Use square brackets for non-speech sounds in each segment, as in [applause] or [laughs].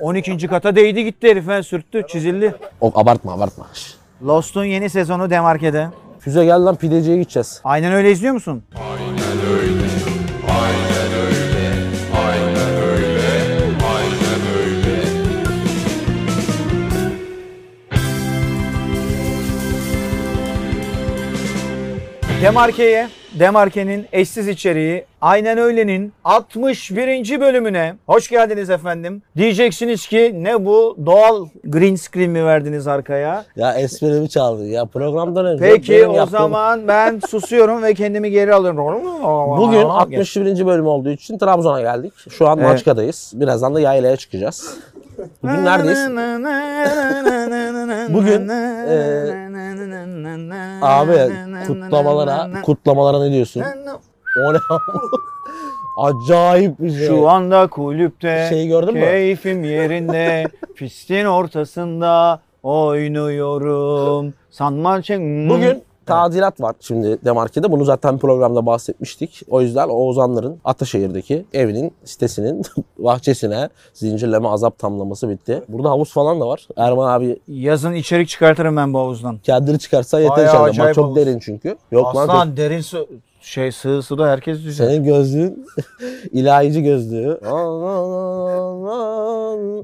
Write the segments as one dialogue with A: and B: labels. A: 12. kata değdi gitti herifen sürttü çizildi.
B: Of abartma abartma. Şş.
A: Lost'un yeni sezonu Demarke'de.
B: Füze gel lan pideciye gideceğiz.
A: Aynen öyle izliyor musun? Demarke'ye, Demarke'nin eşsiz içeriği Aynen Öyle'nin 61. bölümüne hoş geldiniz efendim. Diyeceksiniz ki ne bu doğal green screen mi verdiniz arkaya?
B: Ya esprimi çaldın ya programdan önce.
A: Peki
B: benim
A: o
B: yaptığım-
A: zaman ben susuyorum ve kendimi geri alıyorum.
B: Bugün 61. bölüm olduğu için Trabzon'a geldik. Şu an
A: Evet.
B: Maçka'dayız. Birazdan da Yayla'ya çıkacağız. Bugün neredeyiz? Bugün, e, Abi kutlamalara, kutlamalara ne diyorsun? O ne? [laughs] Acayip bir şey.
A: Şu anda kulüpte
B: Şeyi gördün mü?
A: keyfim
B: [laughs]
A: yerinde pistin ortasında oynuyorum. Sanma şey-
B: Bugün tadilat var şimdi Demarke'de. Bunu zaten programda bahsetmiştik. O yüzden Oğuzhanların Ataşehir'deki evinin sitesinin [laughs] bahçesine zincirleme azap tamlaması bitti. Burada havuz falan da var. Erman abi
A: yazın içerik çıkartırım ben bu havuzdan.
B: kendini çıkarsa yeter
A: Bayağı
B: içeride. Ama
A: acayip
B: çok
A: havuz.
B: derin çünkü. Yok lan
A: Aslan derin su şey sığ suda herkes düşer.
B: senin gözlüğün [laughs] ilahici gözlüğü.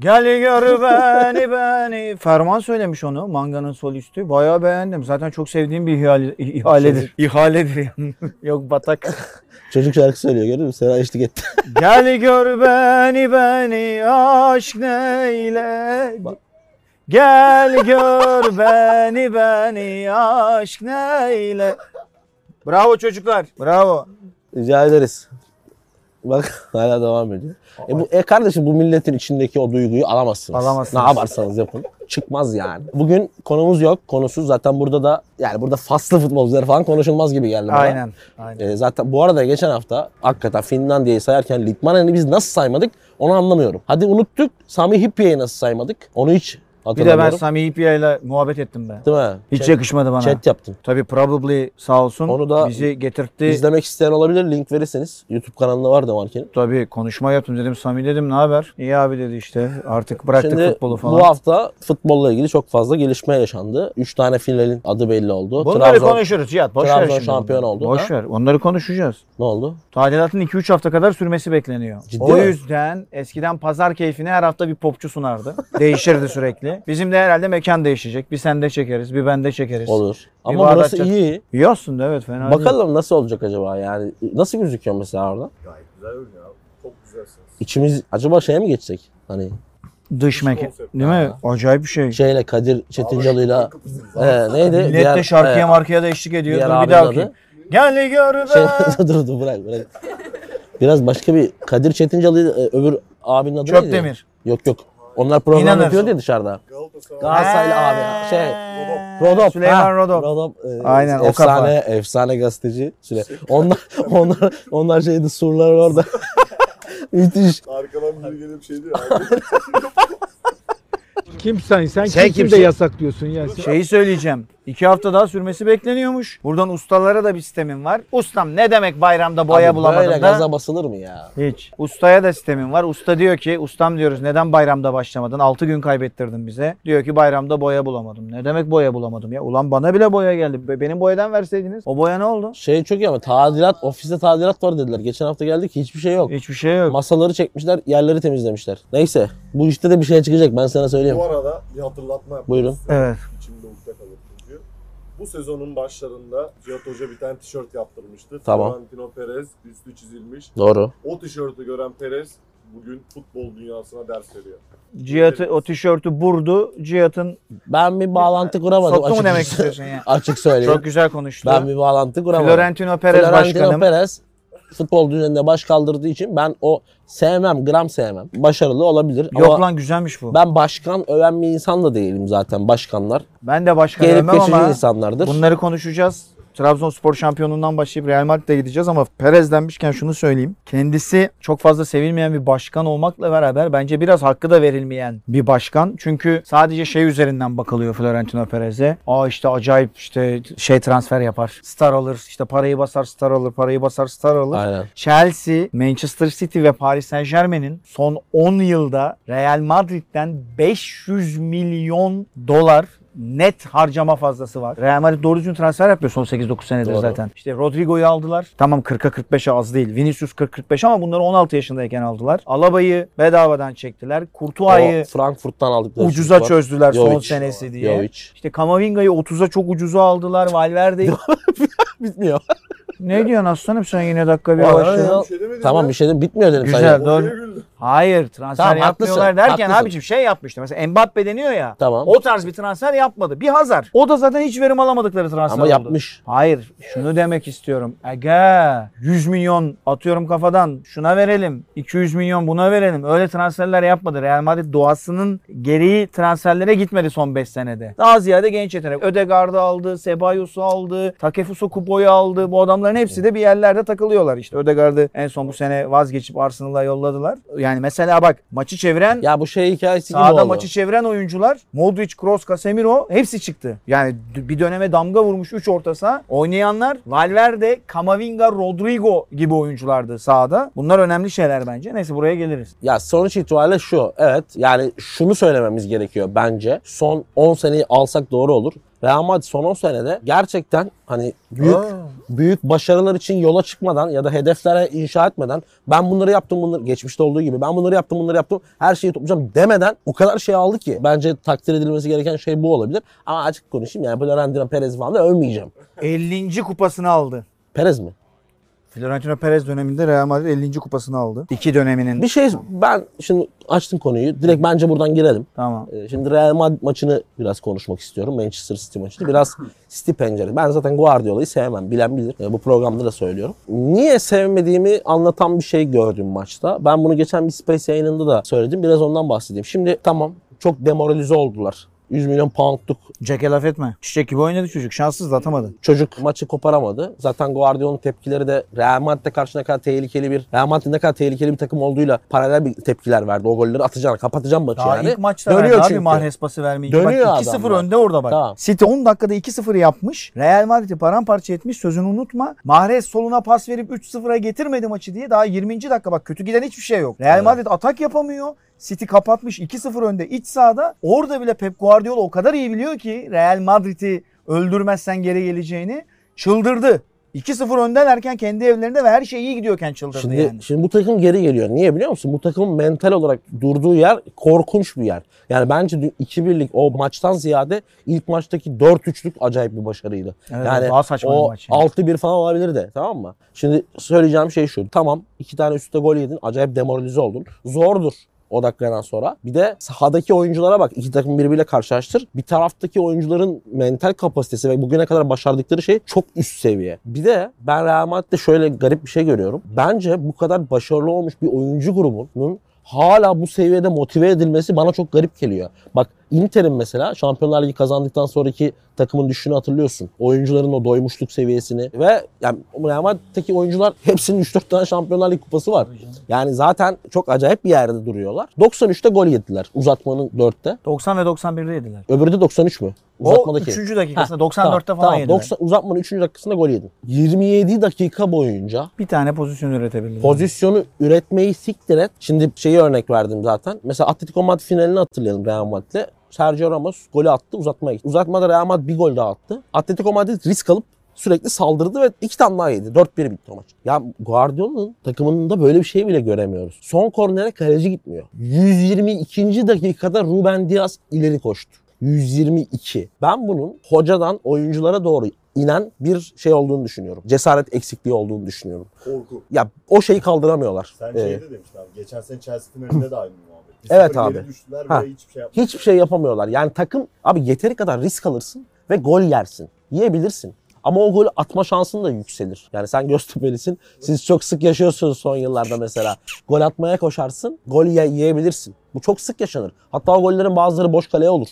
A: Gel gör beni beni. Ferman söylemiş onu. Manga'nın solisti. Bayağı beğendim. Zaten çok sevdiğim bir ihale, Şey, ihaledir. İhaledir yani. [laughs] Yok [laughs] batak.
B: Çocuk şarkı söylüyor gördün mü? Sena eşlik etti.
A: Gel gör beni beni aşk neyle. Gel gör beni beni aşk neyle. Bravo çocuklar. Bravo.
B: Rica ederiz. Bak [laughs] hala devam ediyor. E, bu, e kardeşim bu milletin içindeki o duyguyu alamazsınız.
A: Alamazsınız.
B: Ne yaparsanız yapın. Çıkmaz yani. Bugün konumuz yok. Konusuz. Zaten burada da yani burada faslı futbolcuları falan konuşulmaz gibi geldi bana.
A: Aynen. Aynen.
B: E, zaten bu arada geçen hafta hakikaten Finlandiya'yı sayarken Litmanen'i biz nasıl saymadık onu anlamıyorum. Hadi unuttuk. Sami Hippia'yı nasıl saymadık? Onu hiç
A: Bir de ben
B: hatırlamıyorum.
A: Sami İpya ile muhabbet ettim ben.
B: Değil mi?
A: Hiç
B: Chat-
A: yakışmadı bana.
B: Chat yaptım.
A: Tabii probably sağ olsun
B: Onu da
A: bizi getirtti.
B: İzlemek isteyen olabilir. Link verirseniz. YouTube kanalında var da Marke'nin.
A: Tabii konuşma yaptım dedim. Sami dedim ne haber? İyi abi dedi işte. Artık bıraktık
B: Şimdi
A: futbolu falan.
B: bu hafta futbolla ilgili çok fazla gelişme yaşandı. 3 tane finalin adı belli oldu.
A: Bunları
B: Trabzon
A: konuşuruz Cihat. Boş ver
B: Trabzon
A: şimdi
B: şampiyon
A: bunları.
B: oldu,
A: Boş
B: ha?
A: ver. Onları konuşacağız.
B: ne oldu?
A: Tadilatın 2-3 hafta kadar sürmesi bekleniyor.
B: Ciddi
A: o
B: mi?
A: yüzden eskiden pazar keyfini her hafta bir popçu sunardı. [laughs] Değişirdi sürekli. Bizim de herhalde mekan değişecek. Bir sende çekeriz, bir bende çekeriz.
B: Olur. Ama
A: bardak
B: burası
A: çat-
B: iyi.
A: İyi aslında evet fena değil.
B: Bakalım nasıl olacak acaba yani? Nasıl gözüküyor mesela orada?
C: Gayet güzel görünüyor abi. Çok güzelsiniz.
B: İçimiz acaba şeye mi geçsek? Hani
A: Dış mekan. Değil mi? Acayip bir şey.
B: şeyle Kadir
C: [laughs]
B: Çetincalı'yla ee, neydi?
A: Millet de şarkıya markaya da eşlik ediyor.
B: e, diğer
A: Dur bir
B: abinin
A: daha
B: adı.
A: okuyayım. Gel gör
B: Şey, [laughs]
A: be.
B: dur dur bırak bırak. Biraz başka bir Kadir Çetincalı e, öbür abinin adı neydi?
A: Çöpdemir.
B: Yok yok. Onlar program
A: İnanırsın.
B: yapıyor diye dışarıda.
C: Galatasaray.
B: Galatasaraylı abi. ya. Şey Rodop.
A: Süleyman
B: ha.
A: Rodop.
B: e,
A: Aynen, o kafa.
B: efsane, efsane gazeteci. Süle. Onlar, onlar, onlar şeydi
A: [laughs]
B: surlar orada. Müthiş.
C: Arkadan biri gelip şey diyor abi.
D: Kimsen sen,
B: Sen
D: kimsin
B: kimsin?
D: de yasaklıyorsun ya. Sen-
A: Şeyi söyleyeceğim. İki hafta daha sürmesi bekleniyormuş. Buradan ustalara da bir sistemim var. Ustam ne demek bayramda boya
B: Abi
A: bulamadım
B: Böyle
A: da.
B: gaza basılır mı ya?
A: Hiç. Ustaya da sistemim var. Usta diyor ki ustam diyoruz neden bayramda başlamadın? 6 gün kaybettirdin bize. Diyor ki bayramda boya bulamadım. Ne demek boya bulamadım ya? Ulan bana bile boya geldi. Be- Benim boyadan verseydiniz. O boya ne oldu?
B: Şey çok iyi ama tadilat, ofiste tadilat var dediler. Geçen hafta geldik hiçbir şey yok.
A: Hiçbir şey yok.
B: Masaları çekmişler, yerleri temizlemişler. Neyse, bu işte de bir şey çıkacak ben sana söyleyeyim. [laughs]
C: Bu arada bir hatırlatma yapmak
B: Buyurun.
C: istiyorum.
A: Evet.
C: İçimde ukde kalır çünkü. Bu sezonun başlarında Cihat Hoca bir tane tişört yaptırmıştı.
B: Tamam.
C: Florentino Perez üstü çizilmiş.
B: Doğru.
C: O tişörtü gören Perez bugün futbol dünyasına ders veriyor.
A: Cihat'ı o tişörtü burdu. Cihat'ın
B: Ben bir bağlantı kuramadım
A: soktu mu
B: açıkçası.
A: demek istiyorsun ya?
B: [laughs] Açık söyleyeyim.
A: Çok güzel konuştu.
B: ben bir bağlantı kuramadım.
A: Florentino Perez
B: Florentino
A: başkanım.
B: Perez futbol düzeninde baş kaldırdığı için ben o sevmem, gram sevmem. Başarılı olabilir
A: Yok
B: ama
A: lan güzelmiş bu. Ben,
B: ben başkan öven bir insan da değilim zaten başkanlar.
A: de başkan
B: Gelip
A: övmem
B: geçici
A: ama
B: insanlardır.
A: bunları konuşacağız. Trabzonspor şampiyonundan başlayıp Real Madrid'e gideceğiz ama Perez denmişken şunu söyleyeyim. Kendisi çok fazla sevilmeyen bir başkan olmakla beraber bence biraz hakkı da verilmeyen bir başkan. Çünkü sadece şey üzerinden bakılıyor Florentino Perez'e. Aa işte acayip işte şey transfer yapar. Star alır. işte parayı basar star alır. Parayı basar star alır.
B: Aynen.
A: Chelsea, Manchester City ve Paris Saint Germain'in son 10 yılda Real Madrid'den 500 milyon dolar net harcama fazlası var. Real Madrid doğru düzgün transfer yapıyor son 8-9 senedir
B: Doğru.
A: zaten. İşte Rodrigo'yu aldılar. Tamam 40'a 45'e az değil. Vinicius 40-45 ama bunları 16 yaşındayken aldılar. Alaba'yı bedavadan çektiler. Courtois'ı
B: O Frankfurt'tan aldıkları
A: ucuza
B: çocuk var.
A: çözdüler son
B: Jovic.
A: senesi diye. [laughs]
B: Jovic.
A: İşte Kamavinga'yı 30'a çok ucuza aldılar.
B: [laughs]
A: Valverde'yi...
B: Bitmiyor.
A: ne diyorsun aslanım sen yine dakika bir
B: Vallahi
A: yavaşla.
B: ya.
C: Bir şey demedim
B: tamam
C: ya.
B: bir şey dedim bitmiyor dedim
A: Güzel.
B: sadece.
C: Oraya
A: Doğru.
C: güldüm.
A: Hayır transfer
B: Tamam,
A: yapmıyorlar
B: haklısın,
A: derken
B: haklısın.
A: abiciğim şey yapmıştı. Mesela Mbappe deniyor ya.
B: Tamam.
A: O tarz bir transfer yapmadı. Bir Hazar. O da zaten hiç verim alamadıkları transfer
B: Ama
A: oldu.
B: yapmış.
A: Hayır şunu demek istiyorum. Ege 100 milyon atıyorum kafadan şuna verelim. 200 milyon buna verelim. Öyle transferler yapmadı. Real Madrid doğasının gereği transferlere gitmedi son 5 senede. Daha ziyade genç yetenek. Ödegard'ı aldı, Sebayos'u aldı, Takefuso Kubo'yu aldı. Bu adamların hepsi de bir yerlerde takılıyorlar işte. Ödegard'ı en son bu sene vazgeçip Arsenal'a yolladılar. Yani mesela bak maçı çeviren
B: Ya bu şey hikayesi gibi
A: Sağda
B: oldu.
A: maçı çeviren oyuncular Modric, Kroos, Casemiro hepsi çıktı. Yani d- bir döneme damga vurmuş 3 orta saha. Oynayanlar Valverde, Kamavinga, Rodrigo gibi oyunculardı sahada. Bunlar önemli şeyler bence. Neyse buraya geliriz.
B: Ya sonuç itibariyle şu. Evet yani şunu söylememiz gerekiyor bence. Son 10 seneyi alsak doğru olur. Real Madrid son 10 senede gerçekten hani büyük büyük başarılar için yola çıkmadan ya da hedeflere inşa etmeden ben bunları yaptım bunları geçmişte olduğu gibi ben bunları yaptım bunları yaptım her şeyi toplayacağım demeden o kadar şey aldı ki bence takdir edilmesi gereken şey bu olabilir. Ama açık konuşayım yani Florentino Perez falan da övmeyeceğim.
A: 50. kupasını aldı.
B: Perez mi?
A: Florentino Perez döneminde Real Madrid 50. kupasını aldı. İki döneminin.
B: Bir şey ben şimdi açtım konuyu direkt bence buradan girelim.
A: Tamam.
B: Ee, Şimdi Real Madrid maçını biraz konuşmak istiyorum. Manchester City maçını. Biraz City pencere. Ben zaten Guardiola'yı sevmem. Bilen bilir. Ee, Bu programda da söylüyorum. Niye sevmediğimi anlatan bir şey gördüm maçta. Ben bunu geçen bir Space yayınında da söyledim. Biraz ondan bahsedeyim. Şimdi tamam çok demoralize oldular. 100 milyon poundluk
A: Jack'e laf etme. Çiçek gibi oynadı çocuk. Şanssız da atamadı.
B: Çocuk maçı koparamadı. Zaten Guardiola'nın tepkileri de Real Madrid'e karşı ne kadar tehlikeli bir Real Madrid ne kadar tehlikeli bir takım olduğuyla paralel bir tepkiler verdi. O golleri atacağını, kapatacağım maçı
A: Daha
B: yani.
A: ilk maçta
B: Dönüyor
A: verdi abi
B: çünkü.
A: Mahrez pası vermeyi.
B: Dönüyor
A: bak 2-0
B: adamlar.
A: önde orada bak.
B: Tamam.
A: City 10 dakikada 2-0 yapmış. Real Madrid'i paramparça etmiş. Sözünü unutma. Mahrez soluna pas verip 3-0'a getirmedi maçı diye daha 20. dakika bak kötü giden hiçbir şey yok. Real
B: Evet.
A: Madrid atak yapamıyor. City kapatmış 2-0 önde iç sahada. Orada bile Pep Guardiola o kadar iyi biliyor ki Real Madrid'i öldürmezsen geri geleceğini çıldırdı. 2-0 öndelerken kendi evlerinde ve her şey iyi gidiyorken çıldırdı
B: Şimdi,
A: yani.
B: şimdi bu takım geri geliyor. Niye biliyor musun? Bu takımın mental olarak durduğu yer korkunç bir yer. Yani bence dün 2-1'lik o maçtan ziyade ilk maçtaki 4-3'lük acayip bir başarıydı.
A: Evet,
B: yani
A: daha saçma bir
B: o
A: maç yani.
B: 6-1 falan olabilir de tamam mı? Şimdi söyleyeceğim şey şu. Tamam iki tane üstte gol yedin. Acayip demoralize oldun. Zordur o dakikadan sonra. Bir de sahadaki oyunculara bak. iki takım birbiriyle karşılaştır. Bir taraftaki oyuncuların mental kapasitesi ve bugüne kadar başardıkları şey çok üst seviye. Bir de ben Real Madrid'de şöyle garip bir şey görüyorum. Bence bu kadar başarılı olmuş bir oyuncu grubunun hala bu seviyede motive edilmesi bana çok garip geliyor. Bak Inter'in mesela Şampiyonlar Ligi kazandıktan sonraki takımın düşüşünü hatırlıyorsun. Oyuncuların o doymuşluk seviyesini ve yani Real Madrid'deki oyuncular hepsinin 3-4 tane Şampiyonlar Ligi kupası var. Yani zaten çok acayip bir yerde duruyorlar. 93'te gol yediler uzatmanın 4'te.
A: 90 ve 91'de yediler.
B: Öbürü de 93 mü?
A: O
B: Uzatmadaki.
A: 3. dakikasında
B: Tamam,
A: 94'te falan
B: tamam,
A: yediler.
B: 90 uzatmanın 3. dakikasında gol yedin. 27 dakika boyunca
A: Bir tane pozisyon üretebildi.
B: Pozisyonu üretmeyi siktir et. Şimdi şeyi örnek verdim zaten. Mesela Atletico Madrid finalini hatırlayalım Real Madrid'le. Sergio Ramos golü attı uzatmaya gitti. Uzatmada Real Madrid bir gol daha attı. Atletico Madrid risk alıp sürekli saldırdı ve iki tane daha yedi. 4-1 bitti o maç. Ya Guardiola'nın takımında böyle bir şey bile göremiyoruz. Son kornere kaleci gitmiyor. 122. dakikada Ruben Diaz ileri koştu. 122. Ben bunun hocadan oyunculara doğru inen bir şey olduğunu düşünüyorum. Cesaret eksikliği olduğunu düşünüyorum
C: Korku.
B: ya o şeyi kaldıramıyorlar.
C: Sen şey
B: Ee,
C: şeyde demiştin abi. Geçen sene Chelsea finalinde de aynı muhabbet. Bir
B: Evet
C: sıfır geri
B: abi.
C: Düştüler
B: Ha.
C: ve hiçbir şey yapmadılar.
B: hiçbir şey yapamıyorlar. Yani takım abi yeteri kadar risk alırsın ve gol yersin. Yiyebilirsin. Ama o golü atma şansın da yükselir. Yani sen Göztepe'lisin. Siz çok sık yaşıyorsunuz son yıllarda mesela. Gol atmaya koşarsın. Gol ye- yiyebilirsin. Bu çok sık yaşanır. Hatta o gollerin bazıları boş kaleye olur.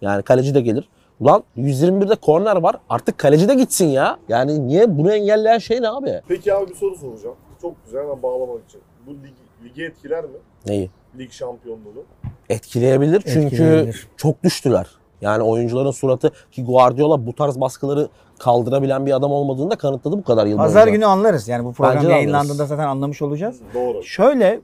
B: Yani kaleci de gelir. Ulan 121'de korner var. Artık kaleci de gitsin ya. Yani niye bunu engelleyen şey ne abi?
C: Peki abi bir soru soracağım. Çok güzel hemen bağlamak için. Bu ligi, ligi etkiler mi?
B: Neyi?
C: Lig şampiyonluğunu.
B: Etkileyebilir çünkü
A: Etkileyebilir.
B: çok düştüler. Yani oyuncuların suratı ki Guardiola bu tarz baskıları kaldırabilen bir adam olmadığını da kanıtladı bu kadar yıl
A: Pazar
B: boyunca.
A: günü anlarız. Yani bu
B: Bence
A: program
B: de
A: yayınlandığında
B: anlarız.
A: zaten anlamış olacağız.
C: Doğru.
A: Şöyle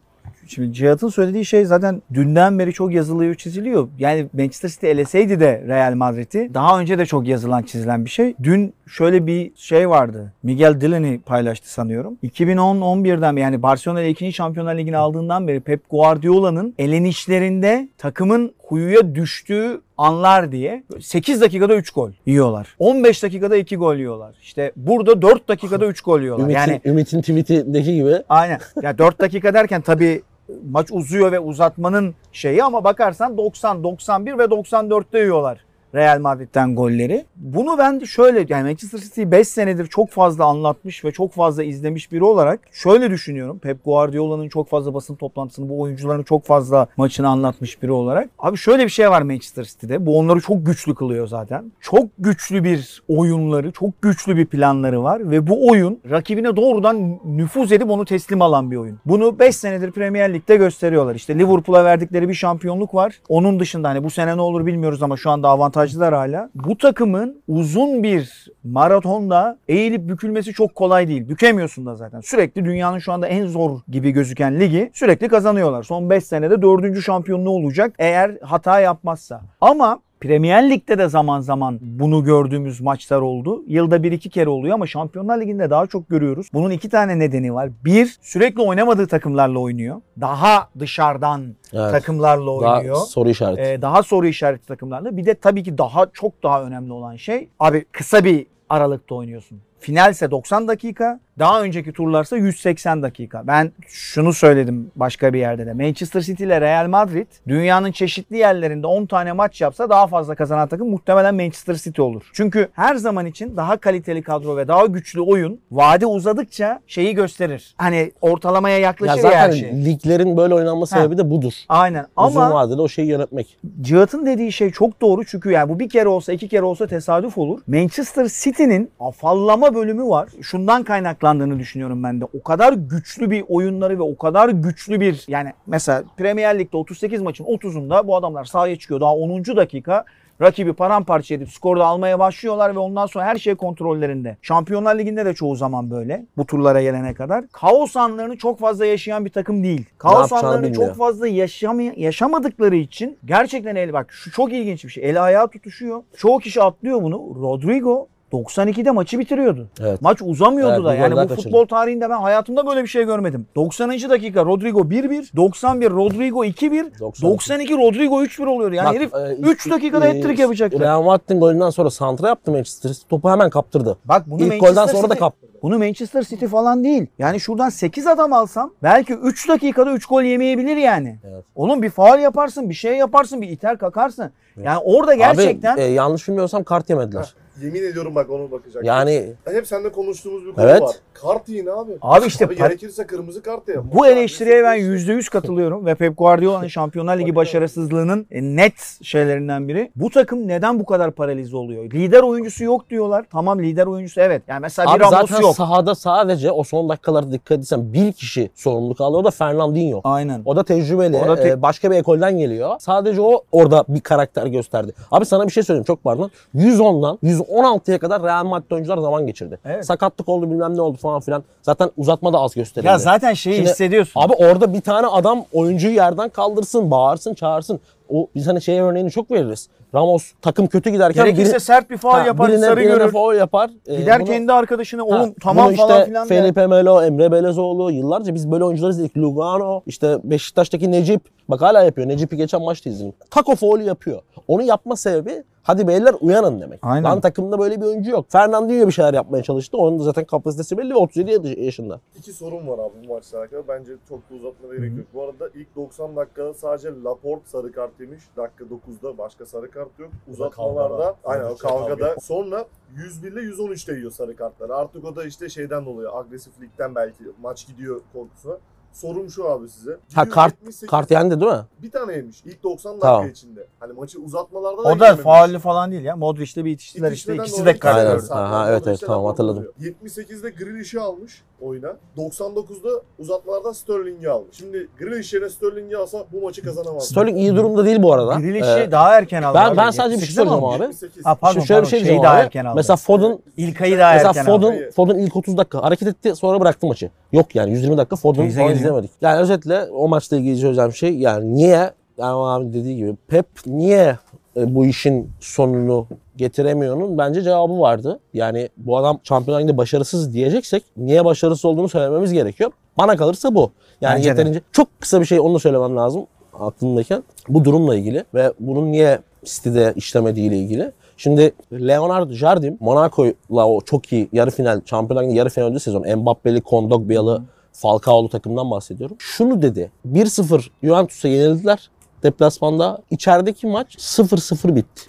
A: Şimdi Cihat'ın söylediği şey zaten dünden beri çok yazılıyor, çiziliyor. Yani Manchester City eleseydi de Real Madrid'i daha önce de çok yazılan, çizilen bir şey. Dün şöyle bir şey vardı. Miguel Delaney paylaştı sanıyorum. 2010-11'den beri, yani Barcelona ile 2. Şampiyonlar Ligi'ni aldığından beri Pep Guardiola'nın elenişlerinde takımın kuyuya düştüğü anlar diye 8 dakikada 3 gol yiyorlar. 15 dakikada 2 gol yiyorlar. İşte burada 4 dakikada 3 gol yiyorlar.
B: Ümit'in,
A: Yani
B: Ümit'in tweetindeki gibi
A: Aynen. Ya 4 dakika derken tabii maç uzuyor ve uzatmanın şeyi ama bakarsan 90, 91 ve 94'te yiyorlar Real Madrid'den golleri. Bunu ben de şöyle yani Manchester City'yi 5 senedir çok fazla anlatmış ve çok fazla izlemiş biri olarak şöyle düşünüyorum. Pep Guardiola'nın çok fazla basın toplantısını, bu oyuncuların çok fazla maçını anlatmış biri olarak. Abi şöyle bir şey var Manchester City'de. Bu onları çok güçlü kılıyor zaten. Çok güçlü bir oyunları, çok güçlü bir planları var ve bu oyun rakibine doğrudan nüfuz edip onu teslim alan bir oyun. Bunu 5 senedir Premier Lig'de gösteriyorlar. İşte Liverpool'a verdikleri bir şampiyonluk var. Onun dışında hani bu sene ne olur bilmiyoruz ama şu anda avantajlılar hala. Bu takımın uzun bir maratonda eğilip bükülmesi çok kolay değil. Bükemiyorsun da zaten. Sürekli dünyanın şu anda en zor gibi gözüken ligi sürekli kazanıyorlar. Son 5 senede 4. şampiyonluğu olacak eğer hata yapmazsa. Ama Premier Lig'de de zaman zaman bunu gördüğümüz maçlar oldu. Yılda bir iki kere oluyor ama Şampiyonlar Ligi'nde daha çok görüyoruz. Bunun iki tane nedeni var. Bir, sürekli oynamadığı takımlarla oynuyor. Daha dışarıdan
B: evet,
A: takımlarla oynuyor.
B: daha soru işareti.
A: Ee, daha soru işareti takımlarla. Bir de tabii ki daha çok daha önemli olan şey abi kısa bir aralıkta oynuyorsun. Finalse 90 dakika, daha önceki turlarsa 180 dakika. Ben şunu söyledim başka bir yerde de. Manchester City ile Real Madrid dünyanın çeşitli yerlerinde 10 tane maç yapsa daha fazla kazanan takım muhtemelen Manchester City olur. Çünkü her zaman için daha kaliteli kadro ve daha güçlü oyun vade uzadıkça şeyi gösterir. Hani ortalamaya
B: ya
A: yaklaşır ya,
B: zaten
A: her şey.
B: liglerin böyle oynanma sebebi de budur.
A: Aynen
B: Uzun
A: ama
B: vadede o şeyi yönetmek.
A: Cihat'ın dediği şey çok doğru çünkü yani bu bir kere olsa iki kere olsa tesadüf olur. Manchester City'nin afallama bölümü var. Şundan kaynaklandığını düşünüyorum ben de. O kadar güçlü bir oyunları ve o kadar güçlü bir yani mesela Premier Lig'de 38 maçın 30'unda bu adamlar sahaya çıkıyor. Daha 10. dakika rakibi paramparça edip skorda almaya başlıyorlar ve ondan sonra her şey kontrollerinde. Şampiyonlar Ligi'nde de çoğu zaman böyle bu turlara gelene kadar. Kaos anlarını çok fazla yaşayan bir takım değil. Kaos
B: yapacağını
A: anlarını çok
B: bilmiyor.
A: fazla yaşamay- yaşamadıkları için gerçekten el bak şu çok ilginç bir şey. El ayağı tutuşuyor. Çoğu kişi atlıyor bunu. Rodrigo 92'de maçı bitiriyordu.
B: Evet.
A: Maç uzamıyordu
B: Evet,
A: da.
B: bir
A: Yani
B: goller
A: bu
B: kaçırdı.
A: futbol tarihinde ben hayatımda böyle bir şey görmedim. 90. dakika Rodrigo 1-1, 91 Rodrigo 2-1, 92 Rodrigo 3-1 oluyor. Yani herif 3 dakikada hat-trick yapacaktı.
B: e, Real Madrid'in golünden sonra santra yaptı Manchester City. Topu hemen kaptırdı.
A: Bak bunu
B: İlk
A: Manchester
B: golden sonra da
A: City-
B: kaptırdı.
A: Bunu Manchester City falan değil. Yani şuradan 8 adam alsam belki 3 dakikada 3 gol yemeyebilir yani.
B: Evet.
A: Oğlum bir faul yaparsın, bir şey yaparsın, bir iter kakarsın. Yani orada gerçekten
B: Abi e, yanlış bilmiyorsam kart yemediler.
C: Yemin ediyorum bak onu bakacak.
B: Yani
C: Hep seninle konuştuğumuz bir konu
B: Evet.
C: var. Kart yiyin abi.
A: Abi işte par-
C: gerekirse kırmızı kart da yapın.
A: bu eleştiriye ben %100 katılıyorum ve Pep Guardiola'nın Şampiyonlar Ligi başarısızlığının e, net şeylerinden biri. Bu takım neden bu kadar paralize oluyor? Lider oyuncusu yok diyorlar. Tamam lider oyuncusu evet. Yani mesela bir
B: abi
A: Ramos
B: zaten
A: yok.
B: sahada sadece o son dakikalarda dikkat etsen bir kişi sorumluluk alıyor. O da Fernandinho.
A: Aynen.
B: O da tecrübeli.
A: O da te-
B: e, başka bir ekolden geliyor. Sadece o orada bir karakter gösterdi. Abi sana bir şey söyleyeyim çok pardon. 110'dan 116'ya kadar Real Madrid oyuncular zaman geçirdi.
A: Evet.
B: Sakatlık oldu bilmem ne oldu falan filan. Zaten uzatma da az gösterildi.
A: Ya zaten şeyi
B: Şimdi-
A: hissediyorsun.
B: Abi orada bir tane adam oyuncuyu yerden kaldırsın, bağırsın, çağırsın. O biz hani şey örneğini çok veririz. Ramos takım kötü giderken
A: Gerekirse
B: biri-
A: sert bir faul
B: Ha,
A: yapar,
B: birine,
A: sarı
B: birine
A: görür.
B: faul yapar. Ee,
A: Gider
B: bunu-
A: kendi arkadaşına
B: Ha,
A: oğlum tamam
B: bunu işte
A: falan filan der.
B: Felipe Melo, Emre Belezoğlu yıllarca biz böyle oyuncuları izledik. Lugano, işte Beşiktaş'taki Necip. Bak hala yapıyor. Necip'i geçen maçta izledim. Taco faulü yapıyor. Onu yapma sebebi hadi beyler uyanın demek.
A: Aynen.
B: Lan takımda böyle bir oyuncu yok. Fernandinho bir şeyler yapmaya çalıştı. Onun da zaten kapasitesi belli ve 37 yaşında.
C: İki sorun var abi bu maçla alakalı. Bence çok da uzatmaya gerek yok. Bu arada ilk 90 dakikada sadece Laporte sarı kart yemiş. Dakika 9'da başka sarı kart yok. Uzatmalarda
E: kavgalar.
C: aynen o
E: Şey, kavga.
C: kavgada. Sonra 101 ile 113'te yiyor sarı kartları. Artık o da işte şeyden dolayı agresiflikten belki maç gidiyor korkusu. Sorum şu abi size.
B: Ha kart,
C: 178
B: kart yendi değil mi?
C: Bir tane yemiş ilk 90 dakika
B: Tamam.
C: içinde. Hani maçı uzatmalarda da
A: O da
C: yememiş.
A: faulü falan değil ya. Modric'le bir itiştiler işte.
C: İtişmeden
A: İkisi
C: doğru
A: de
C: iki tane
B: Aynen.
A: kaydı.
C: sardı.
B: Aha,
C: Ondan
B: evet,
C: sonra
B: evet,
C: işte
B: tamam,
C: Laporte
B: hatırladım.
C: vuruyor. 78'de Grealish'i almış oyuna. 99'da uzatmalardan Sterling'i almış. Şimdi Grealish yerine Sterling'i alsa bu maçı kazanamaz.
B: Sterling iyi durumda değil bu arada.
A: Grealish'i
B: Ee,
A: daha erken aldı.
B: ben
A: abi.
B: ben sadece bir şey
A: 78'de mi
B: soracağım
A: aldı?
B: abi.
C: 78.
A: Ha pardon,
B: Şu şöyle bir
A: pardon,
B: şey
A: şeyi
B: diyeceğim
A: daha
B: abi.
A: erken aldı.
B: Mesela Foden
A: İlkay'ı daha
B: Mesela
A: erken aldı.
B: Foden,
C: aldı.
B: Foden ilk 30 dakika hareket etti sonra bıraktı maçı. Yok yani 120 dakika Foden'ı
A: Teyze
B: falan
A: geliyor.
B: izlemedik. Yani özetle o maçla ilgili söyleyeceğim şey yani niye Erman abi dediği gibi Pep niye e, bu işin sonunu getiremiyor'nun bence cevabı vardı. Yani bu adam Şampiyonlar Ligi'nde başarısız diyeceksek niye başarısız olduğunu söylememiz gerekiyor. Bana kalırsa bu. Yani
A: Bence de.
B: yeterince çok kısa bir şey onu da söylemem lazım aklımdayken bu durumla ilgili ve bunun niye City'de işlemediği ile ilgili. Şimdi Leonardo Jardim Monaco'la o çok iyi yarı final, Şampiyonlar Ligi yarı finalde sezon Mbappe'li, Kondogbia'lı, Falcao'lu takımdan bahsediyorum. Şunu dedi. 1-0 Juventus'a yenildiler deplasmanda. İçerideki maç 0-0 bitti.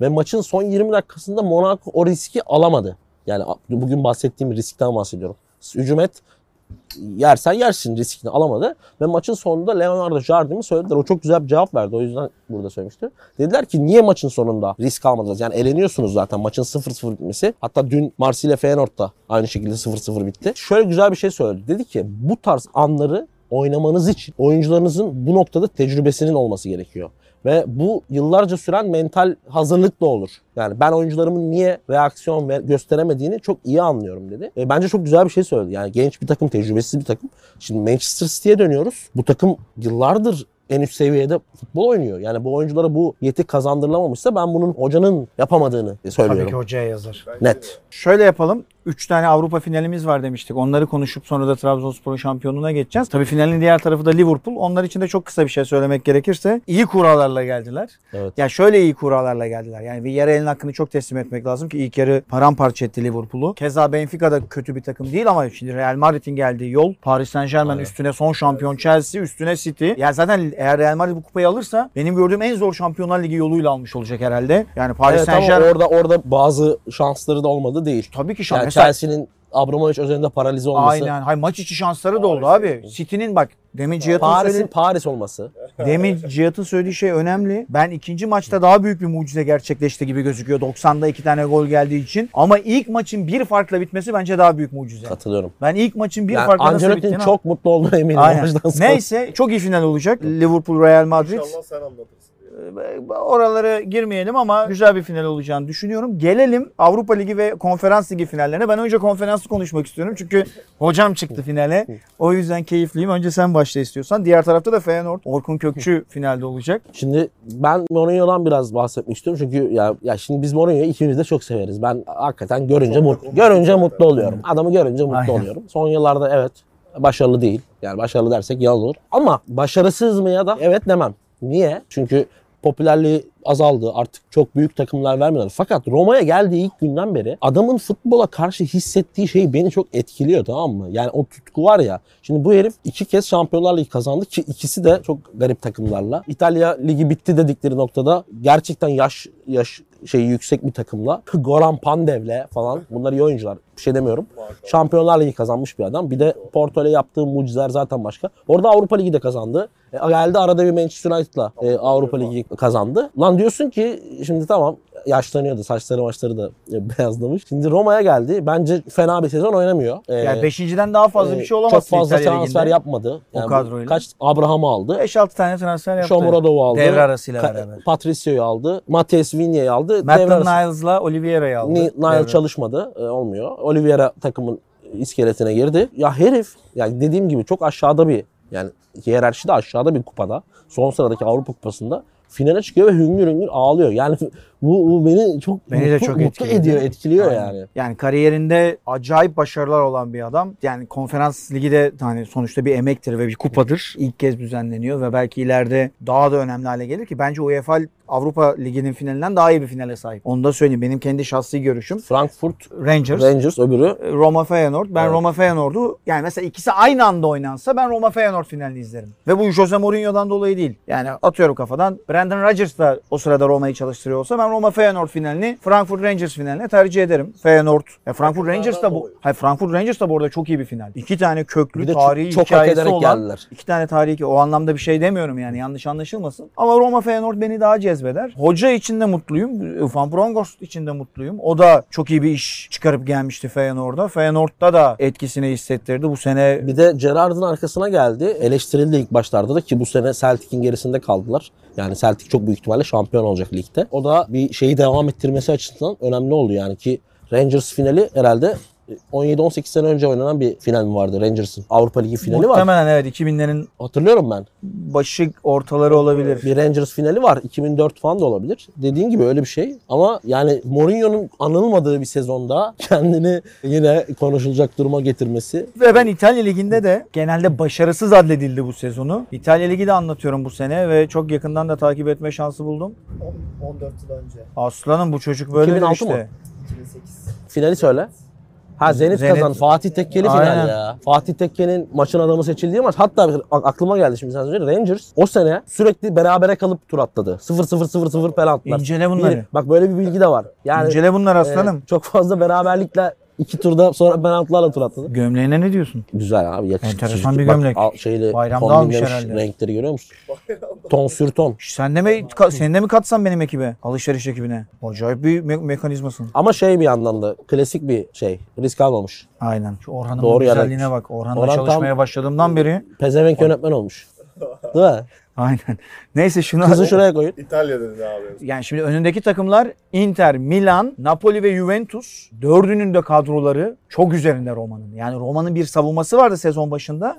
B: Ve maçın son 20 dakikasında Monaco o riski alamadı. Yani bugün bahsettiğim riskten bahsediyorum. Hücum et, yersen yersin riskini alamadı. Ve maçın sonunda Leonardo Jardim'i söylediler. O çok güzel bir cevap verdi. O yüzden burada söylemiştim. Dediler ki niye maçın sonunda risk almadınız? Yani eleniyorsunuz zaten maçın 0-0 bitmesi. Hatta dün Marsilya Feyenoord'da aynı şekilde 0-0 bitti. Şöyle güzel bir şey söyledi. Dedi ki bu tarz anları oynamanız için oyuncularınızın bu noktada tecrübesinin olması gerekiyor. Ve bu yıllarca süren mental hazırlık da olur. Yani ben oyuncularımın niye reaksiyon ver- gösteremediğini çok iyi anlıyorum dedi. E, bence çok güzel bir şey söyledi. Yani genç bir takım, tecrübesiz bir takım. Şimdi Manchester City'ye dönüyoruz. Bu takım yıllardır en üst seviyede futbol oynuyor. Yani bu oyunculara bu yeti kazandırılamamışsa ben bunun hocanın yapamadığını
A: Tabii
B: söylüyorum.
A: ki hocaya yazar.
C: Bence de.
B: Net.
A: Şöyle yapalım. 3 tane Avrupa finalimiz var demiştik. Onları konuşup sonra da Trabzonspor'un şampiyonluğuna geçeceğiz. Tabii finalin diğer tarafı da Liverpool. Onlar için de çok kısa bir şey söylemek gerekirse iyi kurallarla geldiler.
B: Evet.
A: Ya şöyle iyi kurallarla geldiler. Yani bir yarı elin hakkını çok teslim etmek lazım ki ilk yarı paramparça etti Liverpool'u. Keza Benfica da kötü bir takım değil ama şimdi Real Madrid'in geldiği yol Paris Saint Germain
B: Aynen.
A: üstüne son şampiyon Chelsea üstüne City. Ya zaten eğer Real Madrid bu kupayı alırsa benim gördüğüm en zor Şampiyonlar Ligi yoluyla almış olacak herhalde. Yani Paris
B: Evet,
A: Saint
B: ama
A: Germain
B: orada orada bazı şansları da olmadı değil.
A: tabii ki şampiyon.
B: Yani
A: Mesela-
B: Chelsea'nin Abramovich özelinde paralize olması.
A: Aynen. Hay maç içi şansları da oldu
C: Paris-
A: abi. City'nin bak demin Cihat'ın
B: Paris'in
A: söylediği,
B: Paris olması.
A: demin Cihat'ın söylediği şey önemli. Ben ikinci maçta daha büyük bir mucize gerçekleşti gibi gözüküyor. 90'da iki tane gol geldiği için. Ama ilk maçın bir farkla bitmesi bence daha büyük mucize.
B: Katılıyorum.
A: Ben ilk maçın bir
B: Yani
A: farkla nasıl
B: Ancelotti'nin
A: bittiğini...
B: çok mutlu olduğuna eminim [laughs]
A: Aynen.
B: maçtan sonra.
A: Neyse çok iyi final olacak. Liverpool Real Madrid.
C: İnşallah sen anlatırsın. diye.
A: Ee, Oralara girmeyelim ama güzel bir final olacağını düşünüyorum. Gelelim Avrupa Ligi ve Konferans Ligi finallerine. Ben önce konferansı konuşmak istiyorum çünkü hocam çıktı finale. O yüzden keyifliyim. Önce sen başla istiyorsan. Diğer tarafta da Feyenoord. Orkun Kökçü finalde olacak.
B: Şimdi ben Mourinho'dan biraz bahsetmek istiyorum. Çünkü ya, ya şimdi biz Mourinho'yu ikimiz de çok severiz. Ben hakikaten görünce
C: Çok da
B: mutlu,
C: komik.
B: görünce mutlu oluyorum. Adamı görünce mutlu
A: Aynen.
B: oluyorum. Son yıllarda evet başarılı değil. Yani başarılı dersek yalan olur. Ama başarısız mı ya da evet demem. Niye? Çünkü popülerliği azaldı. Artık çok büyük takımlar vermiyorlar. Fakat Roma'ya geldiği ilk günden beri adamın futbola karşı hissettiği şey beni çok etkiliyor tamam mı? Yani o tutku var ya. Şimdi bu herif iki kez Şampiyonlar Ligi kazandı ki ikisi de çok garip takımlarla. İtalya Ligi bitti dedikleri noktada gerçekten yaş yaş şeyi yüksek bir takımla. Goran Pandev'le falan. Bunlar iyi oyuncular. Bir şey demiyorum.
C: Maşallah.
B: Şampiyonlar Ligi kazanmış bir adam. Bir de Porto ile yaptığı mucizeler zaten başka. Orada Avrupa Ligi de kazandı. E, geldi arada bir Manchester United'la e, Avrupa Ligi kazandı. Lan diyorsun ki şimdi tamam yaşlanıyordu. Saçları maçları da e, [laughs] beyazlamış. Şimdi Roma'ya geldi. Bence fena bir sezon oynamıyor. E,
A: Yani beşinciden daha fazla
B: e,
A: bir şey olamaz.
B: Çok fazla
A: İtalya
B: transfer
A: Ligi'nde.
B: yapmadı.
A: O
B: bu
A: kadroyla.
B: Kaç Abraham'ı aldı.
A: 5-6 tane transfer yaptı.
B: Şomurodov'u aldı.
A: Devre arasıyla
B: Ka-
A: beraber.
B: Patricio'yu aldı. Matheus Vigna'yı aldı. Devre
A: Maitland
B: arası-
A: Niles'la Oliveira'yı aldı.
B: Ni- Nile
A: Devre-
B: çalışmadı. e, olmuyor. Oliveira takımın iskeletine girdi. Ya herif yani dediğim gibi çok aşağıda bir yani hiyerarşide aşağıda bir kupada. Son sıradaki Avrupa Kupası'nda finale çıkıyor ve hüngür hüngür ağlıyor. Yani bu, bu beni çok
A: Beni de
B: mutlu,
A: çok
B: mutlu
A: etkiledi.
B: ediyor, etkiliyor
A: Aynen.
B: yani.
A: Yani kariyerinde acayip başarılar olan bir adam. Yani konferans ligi de hani sonuçta bir emektir ve bir kupadır. İlk kez düzenleniyor ve belki ileride daha da önemli hale gelir ki bence UEFA Avrupa Ligi'nin finalinden daha iyi bir finale sahip. Onu da söyleyeyim. Benim kendi şahsi görüşüm.
B: Frankfurt
A: Rangers,
B: Rangers öbürü
A: Roma Feyenoord. Ben
B: Evet.
A: Roma Feyenoord'u yani mesela ikisi aynı anda oynansa ben Roma Feyenoord finalini izlerim. Ve bu Jose Mourinho'dan dolayı değil. Yani atıyorum kafadan Brentford Brendan Rodgers da o sırada Roma'yı çalıştırıyor olsa ben Roma Feyenoord finalini Frankfurt Rangers finaline tercih ederim. Feyenoord. Ya Frankfurt Rangers da bu.
C: dolayı.
A: Hayır Frankfurt Rangers da bu arada çok iyi bir final. İki tane köklü
B: Bir de çok-
A: tarihi
B: çok hak
A: hikayesi
B: ederek
A: olan
B: geldiler.
A: iki tane tarihi ki o anlamda bir şey demiyorum yani yanlış anlaşılmasın. Ama Roma Feyenoord beni daha cezbeder. Hoca için de mutluyum. Van Bronkhorst için de mutluyum. O da çok iyi bir iş çıkarıp gelmişti Feyenoord'a. Feyenoord'da da etkisini hissettirdi. Bu sene
B: Bir de Gerrard'ın arkasına geldi. Eleştirildi ilk başlarda da ki bu sene Celtic'in gerisinde kaldılar. Yani Celtic çok büyük ihtimalle şampiyon olacak ligde. O da bir şeyi devam ettirmesi açısından önemli oldu yani ki Rangers finali herhalde e, 17-18 sene önce oynanan bir final mi vardı Rangers'ın? Avrupa Ligi finali var.
A: muhtemelen evet 2000'lerin
B: Hatırlıyorum ben.
A: başı ortaları olabilir.
B: Bir Rangers finali var. 2004 falan da olabilir. Dediğin gibi öyle bir şey. Ama yani Mourinho'nun anılmadığı bir sezonda [laughs] kendini yine konuşulacak duruma getirmesi
A: Ve ben İtalya Ligi'nde de genelde başarısız adledildi bu sezonu. İtalya Ligi de anlatıyorum bu sene ve çok yakından da takip etme şansı buldum.
E: 14 yıl önce
A: Aslanım bu çocuk böyle
B: 2006
A: işte.
B: mı?
E: 2008.
B: Finali söyle. Ha Zenit,
A: Zenit.
B: kazan. Fatih Tekkeli
A: Aynen.
B: final ya. Fatih Tekke'nin maçın adamı seçildiği maç. Hatta bir- a- aklıma geldi şimdi sen söyleyince. Rangers o sene sürekli berabere kalıp tur atladı. 0-0-0-0 penaltılar.
A: İncele bunları.
B: Bir- bak böyle bir bilgi de var. Yani
A: İncele bunlar
B: e,
A: aslanım.
B: çok fazla beraberlikle iki turda sonra penaltılarla tur atladı.
A: Gömleğine ne diyorsun?
B: Güzel abi yakışıklı.
A: Enteresan
B: çizgi.
A: bir
B: Bak,
A: gömlek.
B: al- şeyle
A: Bayramda
B: kombinlemiş
A: almış herhalde.
B: Renkleri görüyor musun? Ton sür ton.
A: Şş, Sen de mi, ka- sen de mi katsan benim ekibe? Alışveriş ekibine. Acayip bir me- mekanizmasın.
B: Ama şey bir yandan da klasik bir şey. Risk almamış.
A: Aynen. Şu Orhan'ın
B: Doğru
A: bu güzelliğine
B: yerden.
A: bak. Orhan'la
B: Orhan tam-
A: çalışmaya başladığımdan beri. [laughs]
B: Pezevenk yönetmen olmuş. Değil mi?
A: Aynen. Neyse şunu...
B: Kızı şuraya koyun.
C: İtalya dedi abi.
A: Yani şimdi önündeki takımlar Inter, Milan, Napoli ve Juventus. Dördünün de kadroları çok üzerinde Roma'nın. Yani Roma'nın bir savunması vardı sezon başında.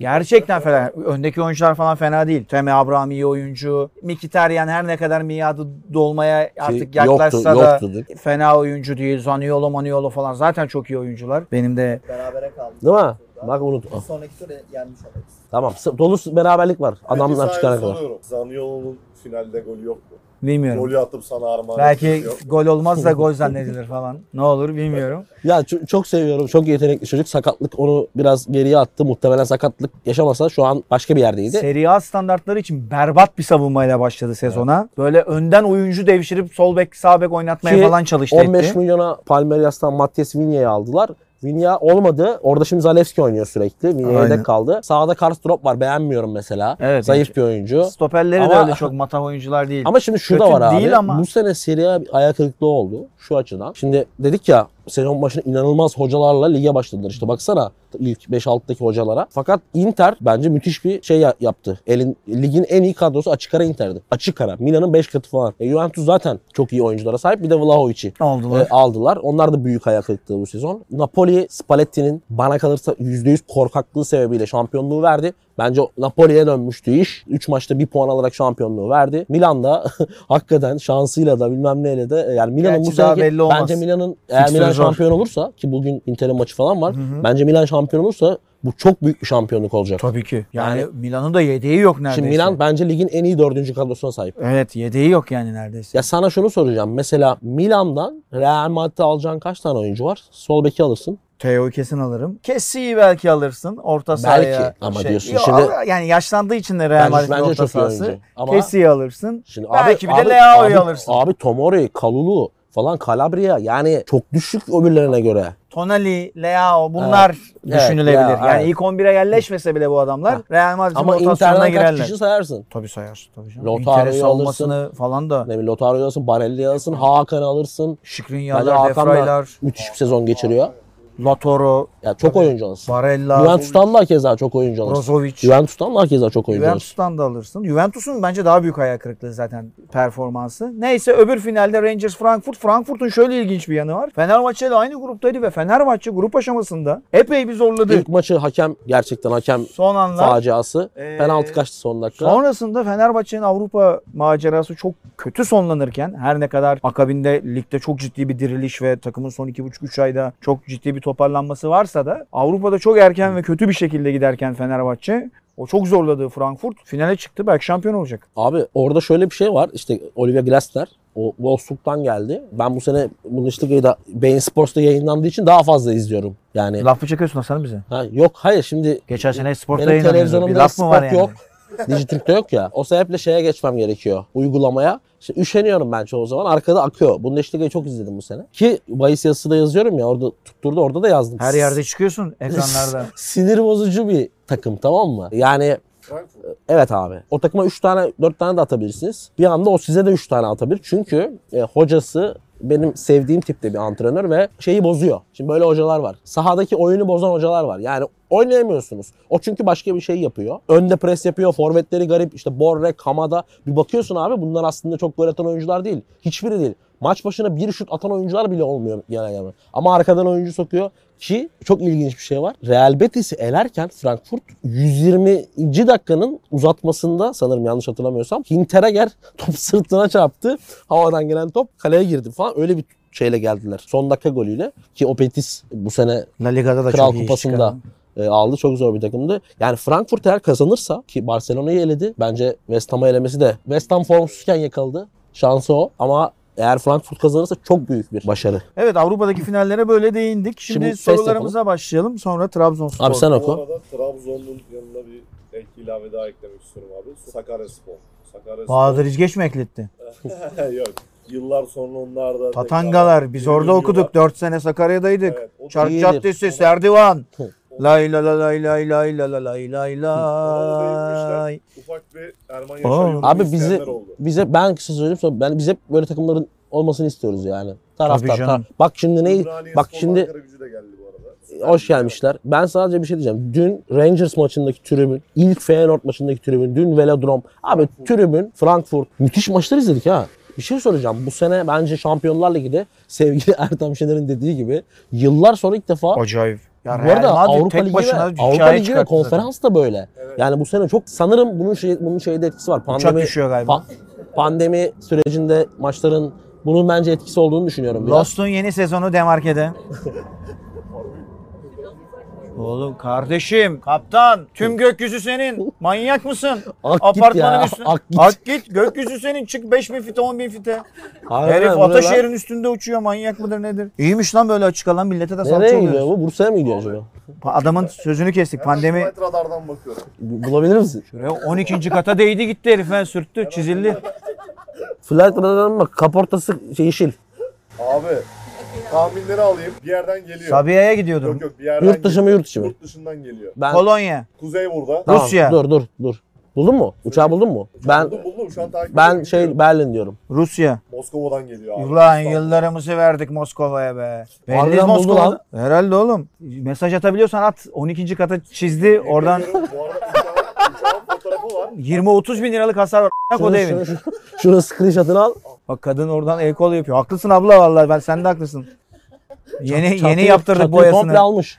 A: Gerçekten fena. Öndeki oyuncular falan fena değil. Temi Abraham iyi oyuncu. Mkhitaryan her ne kadar miadı dolmaya artık
B: Ki yoktu-
A: yaklaşsa da
B: yoktudur.
A: fena oyuncu değil. Zaniolo, Maniolo falan zaten çok iyi oyuncular. Benim de
E: Berabere kaldık.
B: Değil mi?
E: Turda.
B: Bak unutma.
E: Sonraki tur yenmiş oluruz.
B: Tamam. sı- Dolu s- beraberlik var. Adamlar çıkana kadar.
C: soruyorum. Zaniolo'nun finalde golü yok mu?
A: bilmiyorum.
C: Golü atıp sana armağan
A: Belki
C: etmiş, yok.
A: gol olmaz da gol zannedilir falan. Ne olur bilmiyorum.
B: Ya ç- çok seviyorum. Çok yetenekli çocuk. Sakatlık onu biraz geriye attı. Muhtemelen sakatlık yaşamasa şu an başka bir yerdeydi.
A: Serie A standartları için berbat bir savunmayla başladı sezona. Böyle önden oyuncu devşirip sol bek sağ bek oynatmaya
B: Ki
A: falan çalıştı.
B: 15
A: etti.
B: milyona Palmeiras'tan Matias Vinya'yı aldılar. Vinya olmadı. Orada şimdi Zalewski oynuyor sürekli. Vinya
A: Aynen.
B: yedek kaldı. Sağda Karstrop var. Beğenmiyorum mesela.
A: Evet,
B: Zayıf bir oyuncu.
A: Stoperleri de
B: Ama-
A: öyle çok matah oyuncular değil.
B: Ama şimdi şu
A: Kötü
B: da var abi.
A: değil ama.
B: Bu sene Serie A bir ayak kırıklığı oldu şu açıdan. Şimdi dedik ya sezon başında inanılmaz hocalarla lige başladılar. İşte baksana ilk 5-6'daki hocalara. Fakat Inter bence müthiş bir şey ya- yaptı. Elin, ligin en iyi kadrosu açık ara Inter'di. Açık ara. Milan'ın 5 katı falan. E, Juventus zaten çok iyi oyunculara sahip. Bir de Vlahovic'i
A: ne oldular?
B: e, aldılar. Onlar da büyük ayak kırıklığı bu sezon. Napoli Spalletti'nin bana kalırsa %100 korkaklığı sebebiyle şampiyonluğu verdi. Bence Napoli'ye dönmüştü iş. 3 maçta bir puan alarak şampiyonluğu verdi. Milan da [laughs] hakikaten şansıyla da bilmem neyle de e, yani Milan'ın bu
A: Gerçi daha
B: seneki
A: belli olmaz.
B: bence Milan'ın eğer
A: Fixture
B: Milan
A: zor.
B: şampiyon olursa ki bugün Inter'in maçı falan var. Bence Milan şampiyon olursa bu çok büyük bir şampiyonluk olacak.
A: Tabii ki. Yani,
B: Yani-
A: Milan'ın da yedeği yok neredeyse.
B: Şimdi Milan bence ligin en iyi dördüncü kadrosuna sahip.
A: Evet yedeği yok yani neredeyse.
B: Ya sana şunu soracağım. Mesela Milan'dan Real Madrid'e alacağın kaç tane oyuncu var? Sol beki alırsın.
A: Teo'yu kesin alırım. Kessi'yi belki alırsın. Orta
B: Belki
A: sahaya. şey-
B: ama diyorsun
A: Yo,
B: şimdi-
A: ama Yani yaşlandığı için de Real
B: Bence-
A: Madrid'in
B: bence
A: orta
B: çok iyi
A: sahası.
B: oyuncu. Ama-
A: Kessi'yi alırsın.
B: Şimdi
A: Belki bir de Leao'yu
B: abi-
A: alırsın.
B: Abi Tomori, Kalulu falan Calabria yani çok düşük öbürlerine göre.
A: Tonali, Leao bunlar
B: Evet,
A: düşünülebilir.
B: Leao,
A: yani
B: evet.
A: ilk 11'e yerleşmese bile bu adamlar Real Madrid'in
B: Ama
A: rotasyonuna
B: Inter'den kaç
A: girerler.
B: kişi sayarsın?
A: Tabii sayarsın tabii canım.
B: Lautaro'yu
A: Inter'e savunmasını falan da.
B: Ne bileyim Lotaro'yu alırsın, Barelli'yi alırsın, Hakan'ı alırsın. Bence
A: Şikrinyalar,
B: Hakan da
A: Defraylar,
B: müthiş bir sezon geçiriyor.
A: Latoro,
B: Ya çok oyuncu alırsın.
A: Barella,
B: Juventus'tan da keza çok oyuncu alırsın.
A: Brozovic.
B: Juventus'tan da keza çok oyuncu alırsın.
A: Juventus'tan da alırsın. Juventus'un bence daha büyük ayak kırıklığı zaten performansı. Neyse öbür finalde Rangers Frankfurt. Frankfurt'un şöyle ilginç bir yanı var. Fenerbahçe ile aynı gruptaydı ve Fenerbahçe grup aşamasında epey bir zorladı.
B: İlk maçı hakem gerçekten hakem
A: Son anlar.
B: faciası.
A: Ee,
B: Penaltı kaçtı son dakika.
A: Sonrasında Fenerbahçe'nin Avrupa macerası çok kötü sonlanırken her ne kadar akabinde ligde çok ciddi bir diriliş ve takımın son 2,5-3 ayda çok ciddi bir toparlanması varsa da Avrupa'da çok erken ve kötü bir şekilde giderken Fenerbahçe o çok zorladığı Frankfurt finale çıktı belki şampiyon olacak.
B: Abi orada şöyle bir şey var. İşte Olivia Glasner o Wolfsburg'dan geldi. Ben bu sene Bundesliga'yı da Bein Sports'ta yayınlandığı için daha fazla izliyorum. Yani
A: Laf mı çakıyorsun Hasan bize?
B: ha, yok hayır şimdi
A: Geçen sene sporta
B: E, benim
A: yayınlanıyordu. Bir
B: televizyonumda
A: laf mı var
B: spor
A: yani?
B: yok. Dijitürk'te yok ya. O sebeple şeye geçmem gerekiyor. Uygulamaya. İşte üşeniyorum ben çoğu zaman. Arkada akıyor. Bundesliga'yı çok izledim bu sene. Ki bahis yazısı da yazıyorum ya. Orada tutturdu. Orada da yazdım.
A: Her
B: [laughs]
A: yerde çıkıyorsun ekranlarda.
B: Sinir bozucu bir takım tamam mı? Yani
C: Frankfurt.
B: Evet abi. O takıma 3 tane 4 tane de atabilirsiniz. Bir anda o size de 3 tane atabilir. Çünkü e, hocası benim sevdiğim tipte bir antrenör ve şeyi bozuyor. Şimdi böyle hocalar var. Sahadaki oyunu bozan hocalar var. Yani oynayamıyorsunuz. O çünkü başka bir şey yapıyor. Önde pres yapıyor. Forvetleri garip. İşte Borre, Kamada. Bir bakıyorsun abi bunlar aslında çok gol atan oyuncular değil. Hiçbiri değil. Maç başına bir şut atan oyuncular bile olmuyor genel yana. Ama arkadan oyuncu sokuyor. Ki çok ilginç bir şey var. Real Betis'i elerken Frankfurt 120. dakikanın uzatmasında sanırım yanlış hatırlamıyorsam Hinteregger [laughs] top sırtına çarptı. Havadan gelen top kaleye girdi falan. Öyle bir şeyle geldiler. Son dakika golüyle ki o Betis bu sene
A: La Liga'da da
B: Kral
A: çok iyi iş
B: Kupası'nda.
A: çıkardı.
B: e, aldı. Çok zor bir takımdı. Yani Frankfurt eğer kazanırsa ki Barcelona'yı eledi. Bence West Ham'a elemesi de West Ham formsuzken yakaladı. Şansı o ama eğer Frankfurt kazanırsa çok büyük bir başarı.
A: Evet Avrupa'daki finallere böyle değindik. Şimdi,
B: Şimdi ses
A: sorularımıza başlayalım. Sonra Trabzonspor.
B: Abi sen
C: Bu
B: oku.
C: arada Trabzon'un yanına bir ek ilave daha eklemek istiyorum abi. Sakaryaspor. Sakaryaspor.
A: Bahadır İzgeç mi ekletti?
C: [laughs] Yok. Yıllar sonra onlar da
A: Patangalar.
C: tekrar
A: Biz
C: geri
A: orada
C: dönüyorlar.
A: okuduk. 4 sene Sakarya'daydık.
C: Evet, o-
A: Çark
B: İyidir.
A: Caddesi, Serdivan.
B: Hı.
A: lay la la lay lay lay la la lay lay lay.
C: Ufak bir Erman
A: Oo.
C: Yaşar
B: Abi
C: Abi bizi
B: bizi- Bize ben kısa söyleyeyim sonra ben biz hep böyle takımların olmasını istiyoruz yani. Taraftar.
A: canım.
B: tar- bak şimdi ne bak şimdi- E,
C: gücü de geldi bu arada.
B: hoş gelmişler. Ben sadece bir şey diyeceğim. Dün Rangers maçındaki tribün, ilk Feyenoord maçındaki tribün, dün Velodrom. Abi tribün Frankfurt. Müthiş maçlar izledik ha. Bir şey soracağım. Bu sene bence Şampiyonlar Ligi'de sevgili [laughs] Ertem Şener'in dediği gibi yıllar sonra ilk defa
A: Acayip. Ya
B: bu arada
A: Real Madrid
B: Avrupa
A: tek
B: Ligi ve,
A: başına
B: Avrupa
A: hikaye
B: Ligi ve
A: çıkarttı zaten.
B: konferans da böyle.
C: Evet.
B: Yani bu sene çok sanırım bunun şey bunun şeyde etkisi var.
A: Uçak
B: Pandemi
A: düşüyor
B: pa-
A: galiba.
B: pandemi sürecinde maçların bunun bence etkisi olduğunu düşünüyorum. biraz.
A: Lost'un yeni sezonu
B: [laughs]
A: Demarke'de. Oğlum kardeşim, kaptan, tüm gökyüzü senin. Manyak mısın?
B: [laughs] Ak git
A: Apartmanın
B: ya,
A: üstüne.
B: ak git.
A: Ak git, gökyüzü senin. Çık 5000 fite, 10000 fite.
B: Harbiden
A: Herif
B: buralar-
A: Ataşehir'in üstünde uçuyor manyak mıdır nedir? İyiymiş lan böyle açık alan millete de salça
B: Nereye gidiyor
A: oluyoruz.
B: bu? Bursa'ya mı gidiyor acaba?
A: Adamın sözünü kestik pandemi.
C: Hemen radardan bakıyorum.
B: Bu- Bulabilir misin?
A: Şuraya 12. kata değdi gitti herif ha, sürttü çizildi.
B: Flight radarına bak kaportası şey, yeşil.
C: Abi tahminleri alayım. Bir yerden geliyor.
A: Sabiha'ya
C: Yok
A: gidiyordum.
C: yok bir yerden
B: Yurt dışı mı yurt içi
C: geliyor.
B: mi?
C: Yurt dışından geliyor.
B: Ben
A: Kolonya.
C: Kuzey burada.
B: Tamam,
A: Rusya.
B: Dur dur dur. Buldun mu? Uçağı buldun mu? Ben
C: buldum buldum şu an takip
B: ben
C: ediyorum.
B: şey Berlin diyorum.
A: Rusya.
C: Moskova'dan geliyor abi.
A: Ulan
C: İstanbul.
A: yıllarımızı verdik Moskova'ya be.
B: Harbiden
A: Belliz
B: buldu
A: Moskova.
B: lan.
A: Herhalde oğlum. Mesaj atabiliyorsan at. 12. kata çizdi.
C: Yemin
A: Oradan
C: ediyorum, Bu arada uçağın, uçağın fotoğrafı var.
A: 20-30 bin liralık hasar var. Bak o da evin.
B: şunu, şunu screenshot'ını al.
A: Bak kadın oradan el kol yapıyor. Haklısın abla vallahi ben sen de haklısın. Yeni yeni
B: Çatıyı-
A: yaptırdık
B: çatıyı
A: boyasını.
B: komple almış.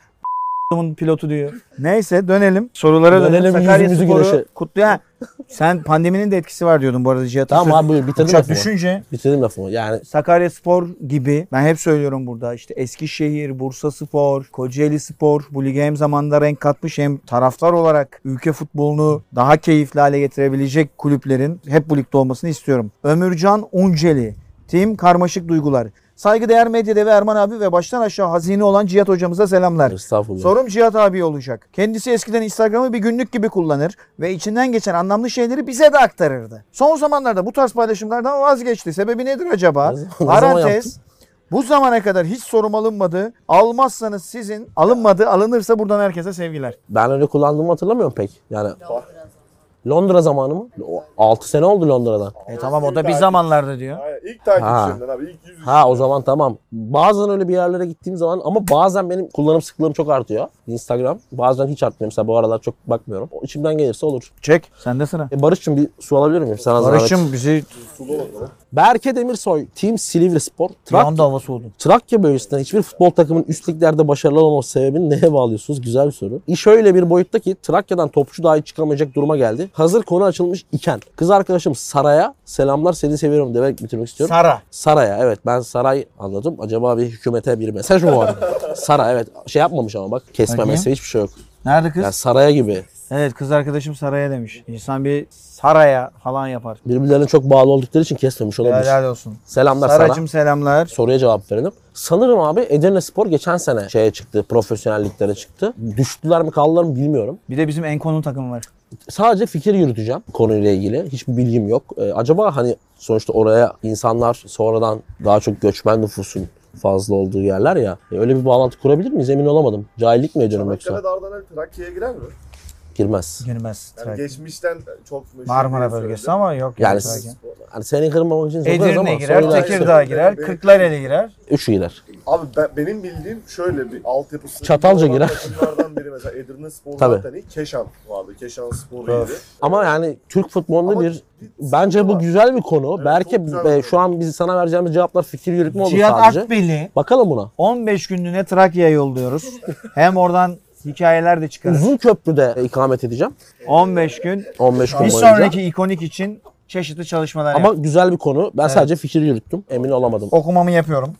A: Adamın pilotu diyor. Neyse dönelim. Sorulara dönelim.
B: Dönelim,
A: Sakarya
B: yüzümüzü
A: Sporu
B: güneşe.
A: kutlu- ha, Sen pandeminin de etkisi var diyordun bu arada Cihat'ın
B: Tamam
A: sözü.
B: abi buyur bitirdim
A: Uçak
B: lafımı.
A: düşünce
B: Bitirdim lafımı. Yani
A: Sakarya Spor gibi ben hep söylüyorum burada işte Eskişehir, Bursa Spor, Kocaeli Spor bu lige hem zamanda renk katmış hem taraftar olarak ülke futbolunu daha keyifli hale getirebilecek kulüplerin hep bu ligde olmasını istiyorum. Ömürcan Unceli, Tim Karmaşık Duygular. Saygıdeğer medya devi Erman abi ve baştan aşağı hazine olan Cihat hocamıza selamlar.
B: estağfurullah.
A: Sorum Cihat abi olacak. Kendisi eskiden Instagram'ı bir günlük gibi kullanır ve içinden geçen anlamlı şeyleri bize de aktarırdı. Son zamanlarda bu tarz paylaşımlardan vazgeçti. Sebebi nedir acaba? [laughs]
B: Ne zaman- ne zaman
A: Parantez. Bu zamana kadar hiç sorum alınmadı. Almazsanız sizin alınmadı. Alınırsa buradan herkese sevgiler.
B: Ben öyle kullandığımı hatırlamıyorum pek. Yani Londra zamanı mı? 6 sene oldu Londra'dan.
A: E tamam o da bir zamanlarda diyor.
C: Aynen, ilk takipçilerinden abi. ilk yüz
B: Ha o zaman tamam. Bazen öyle bir yerlere gittiğim zaman ama bazen benim kullanım sıklığım çok artıyor. Instagram. Bazen hiç artmıyor. Mesela bu aralar çok bakmıyorum. O içimden gelirse olur. Şey,
A: Çek. Sende sıra.
B: E Barış'cığım bir su alabilir miyim? Sana zahmet.
A: Barış'ım bizi
C: sulu bakalım.
B: Berke Demirsoy, Team Silivri Spor.
A: bir
B: Trak
A: anda havası oldu.
B: Trakya bölgesinden hiçbir futbol takımının üst liglerde başarılı olmaması sebebini neye bağlıyorsunuz? Güzel bir soru. İş öyle bir boyutta ki Trakya'dan topçu dahi çıkamayacak duruma geldi. Hazır konu açılmış iken. Kız arkadaşım Saray'a selamlar seni seviyorum demek bitirmek istiyorum.
A: Sara.
B: Saray'a evet ben saray anladım. Acaba bir hükümete bir mesaj mı var? Saray evet şey yapmamış ama bak kesme
A: Bakayım.
B: mesle hiçbir şey yok.
A: Nerede kız?
B: Yani saraya gibi.
A: Evet kız arkadaşım Sara'ya demiş. İnsan bir Sara'ya falan yapar.
B: Birbirlerine çok bağlı oldukları için kesmemiş olabilir.
A: Helal olsun.
B: Selamlar Saray.
A: Saracım selamlar.
B: soruya cevap verelim. Sanırım abi Edirne Spor geçen sene şeye çıktı, profesyonelliklere çıktı. Düştüler mi kaldılar mı bilmiyorum.
A: Bir de bizim Enko'nun takımı var.
B: sadece fikir yürüteceğim konuyla ilgili. Hiçbir bilgim yok. Ee, acaba hani sonuçta oraya insanlar sonradan daha çok göçmen nüfusun fazla olduğu yerler ya. E, öyle bir bağlantı kurabilir miyiz? Emin olamadım. Cahillik mi ediyorum yoksa?
C: Çanakkale Dardanel Trakya'ya girer mi?
B: Girmez.
A: Girmez.
C: Yani
A: Trakya.
C: geçmişten çok meşhur
A: Marmara
C: bir
A: bölgesi
C: söylem.
A: ama yok.
B: Yani
A: yok
B: siz-
A: Trakya.
B: Hani seni kırmamak için soruyoruz ama
A: Edirne girer,
B: sorular
C: Tekirdağ
B: işte.
A: Tekirdağ girer,
C: Benim-
A: Kırklareli girer.
B: Üçü girer.
C: Abi ben- benim bildiğim şöyle bir altyapısı.
B: Çatalca
C: olan
B: girer.
C: Takımlardan biri mesela Edirne Spor
B: Tabii.
C: zaten iyi. Keşan vardı. Keşan Spor iyiydi.
B: Ama yani Türk futbolunda
C: Ama
B: bir
C: bir
B: bence
C: sıkıntı
B: bu
C: var.
B: güzel bir konu.
C: Evet,
B: Belki
C: çok güzel bir
B: e,
C: konu.
B: şu an biz sana vereceğimiz cevaplar fikir yürütme olur
A: Cihat
B: sadece.
A: Akbeli
B: Bakalım buna.
A: 15 günlüğüne Trakya'ya yolluyoruz. Hem oradan hikayeler de çıkarız.
B: Uzun köprüde ikamet edeceğim.
A: 15 gün.
B: 15 gün
A: Bir
B: boyunca.
A: sonraki ikonik için çeşitli çalışmalar
B: Ama
A: yap.
B: güzel bir konu. Ben sadece fikir yürüttüm. Emin olamadım.
A: Okumamı yapıyorum.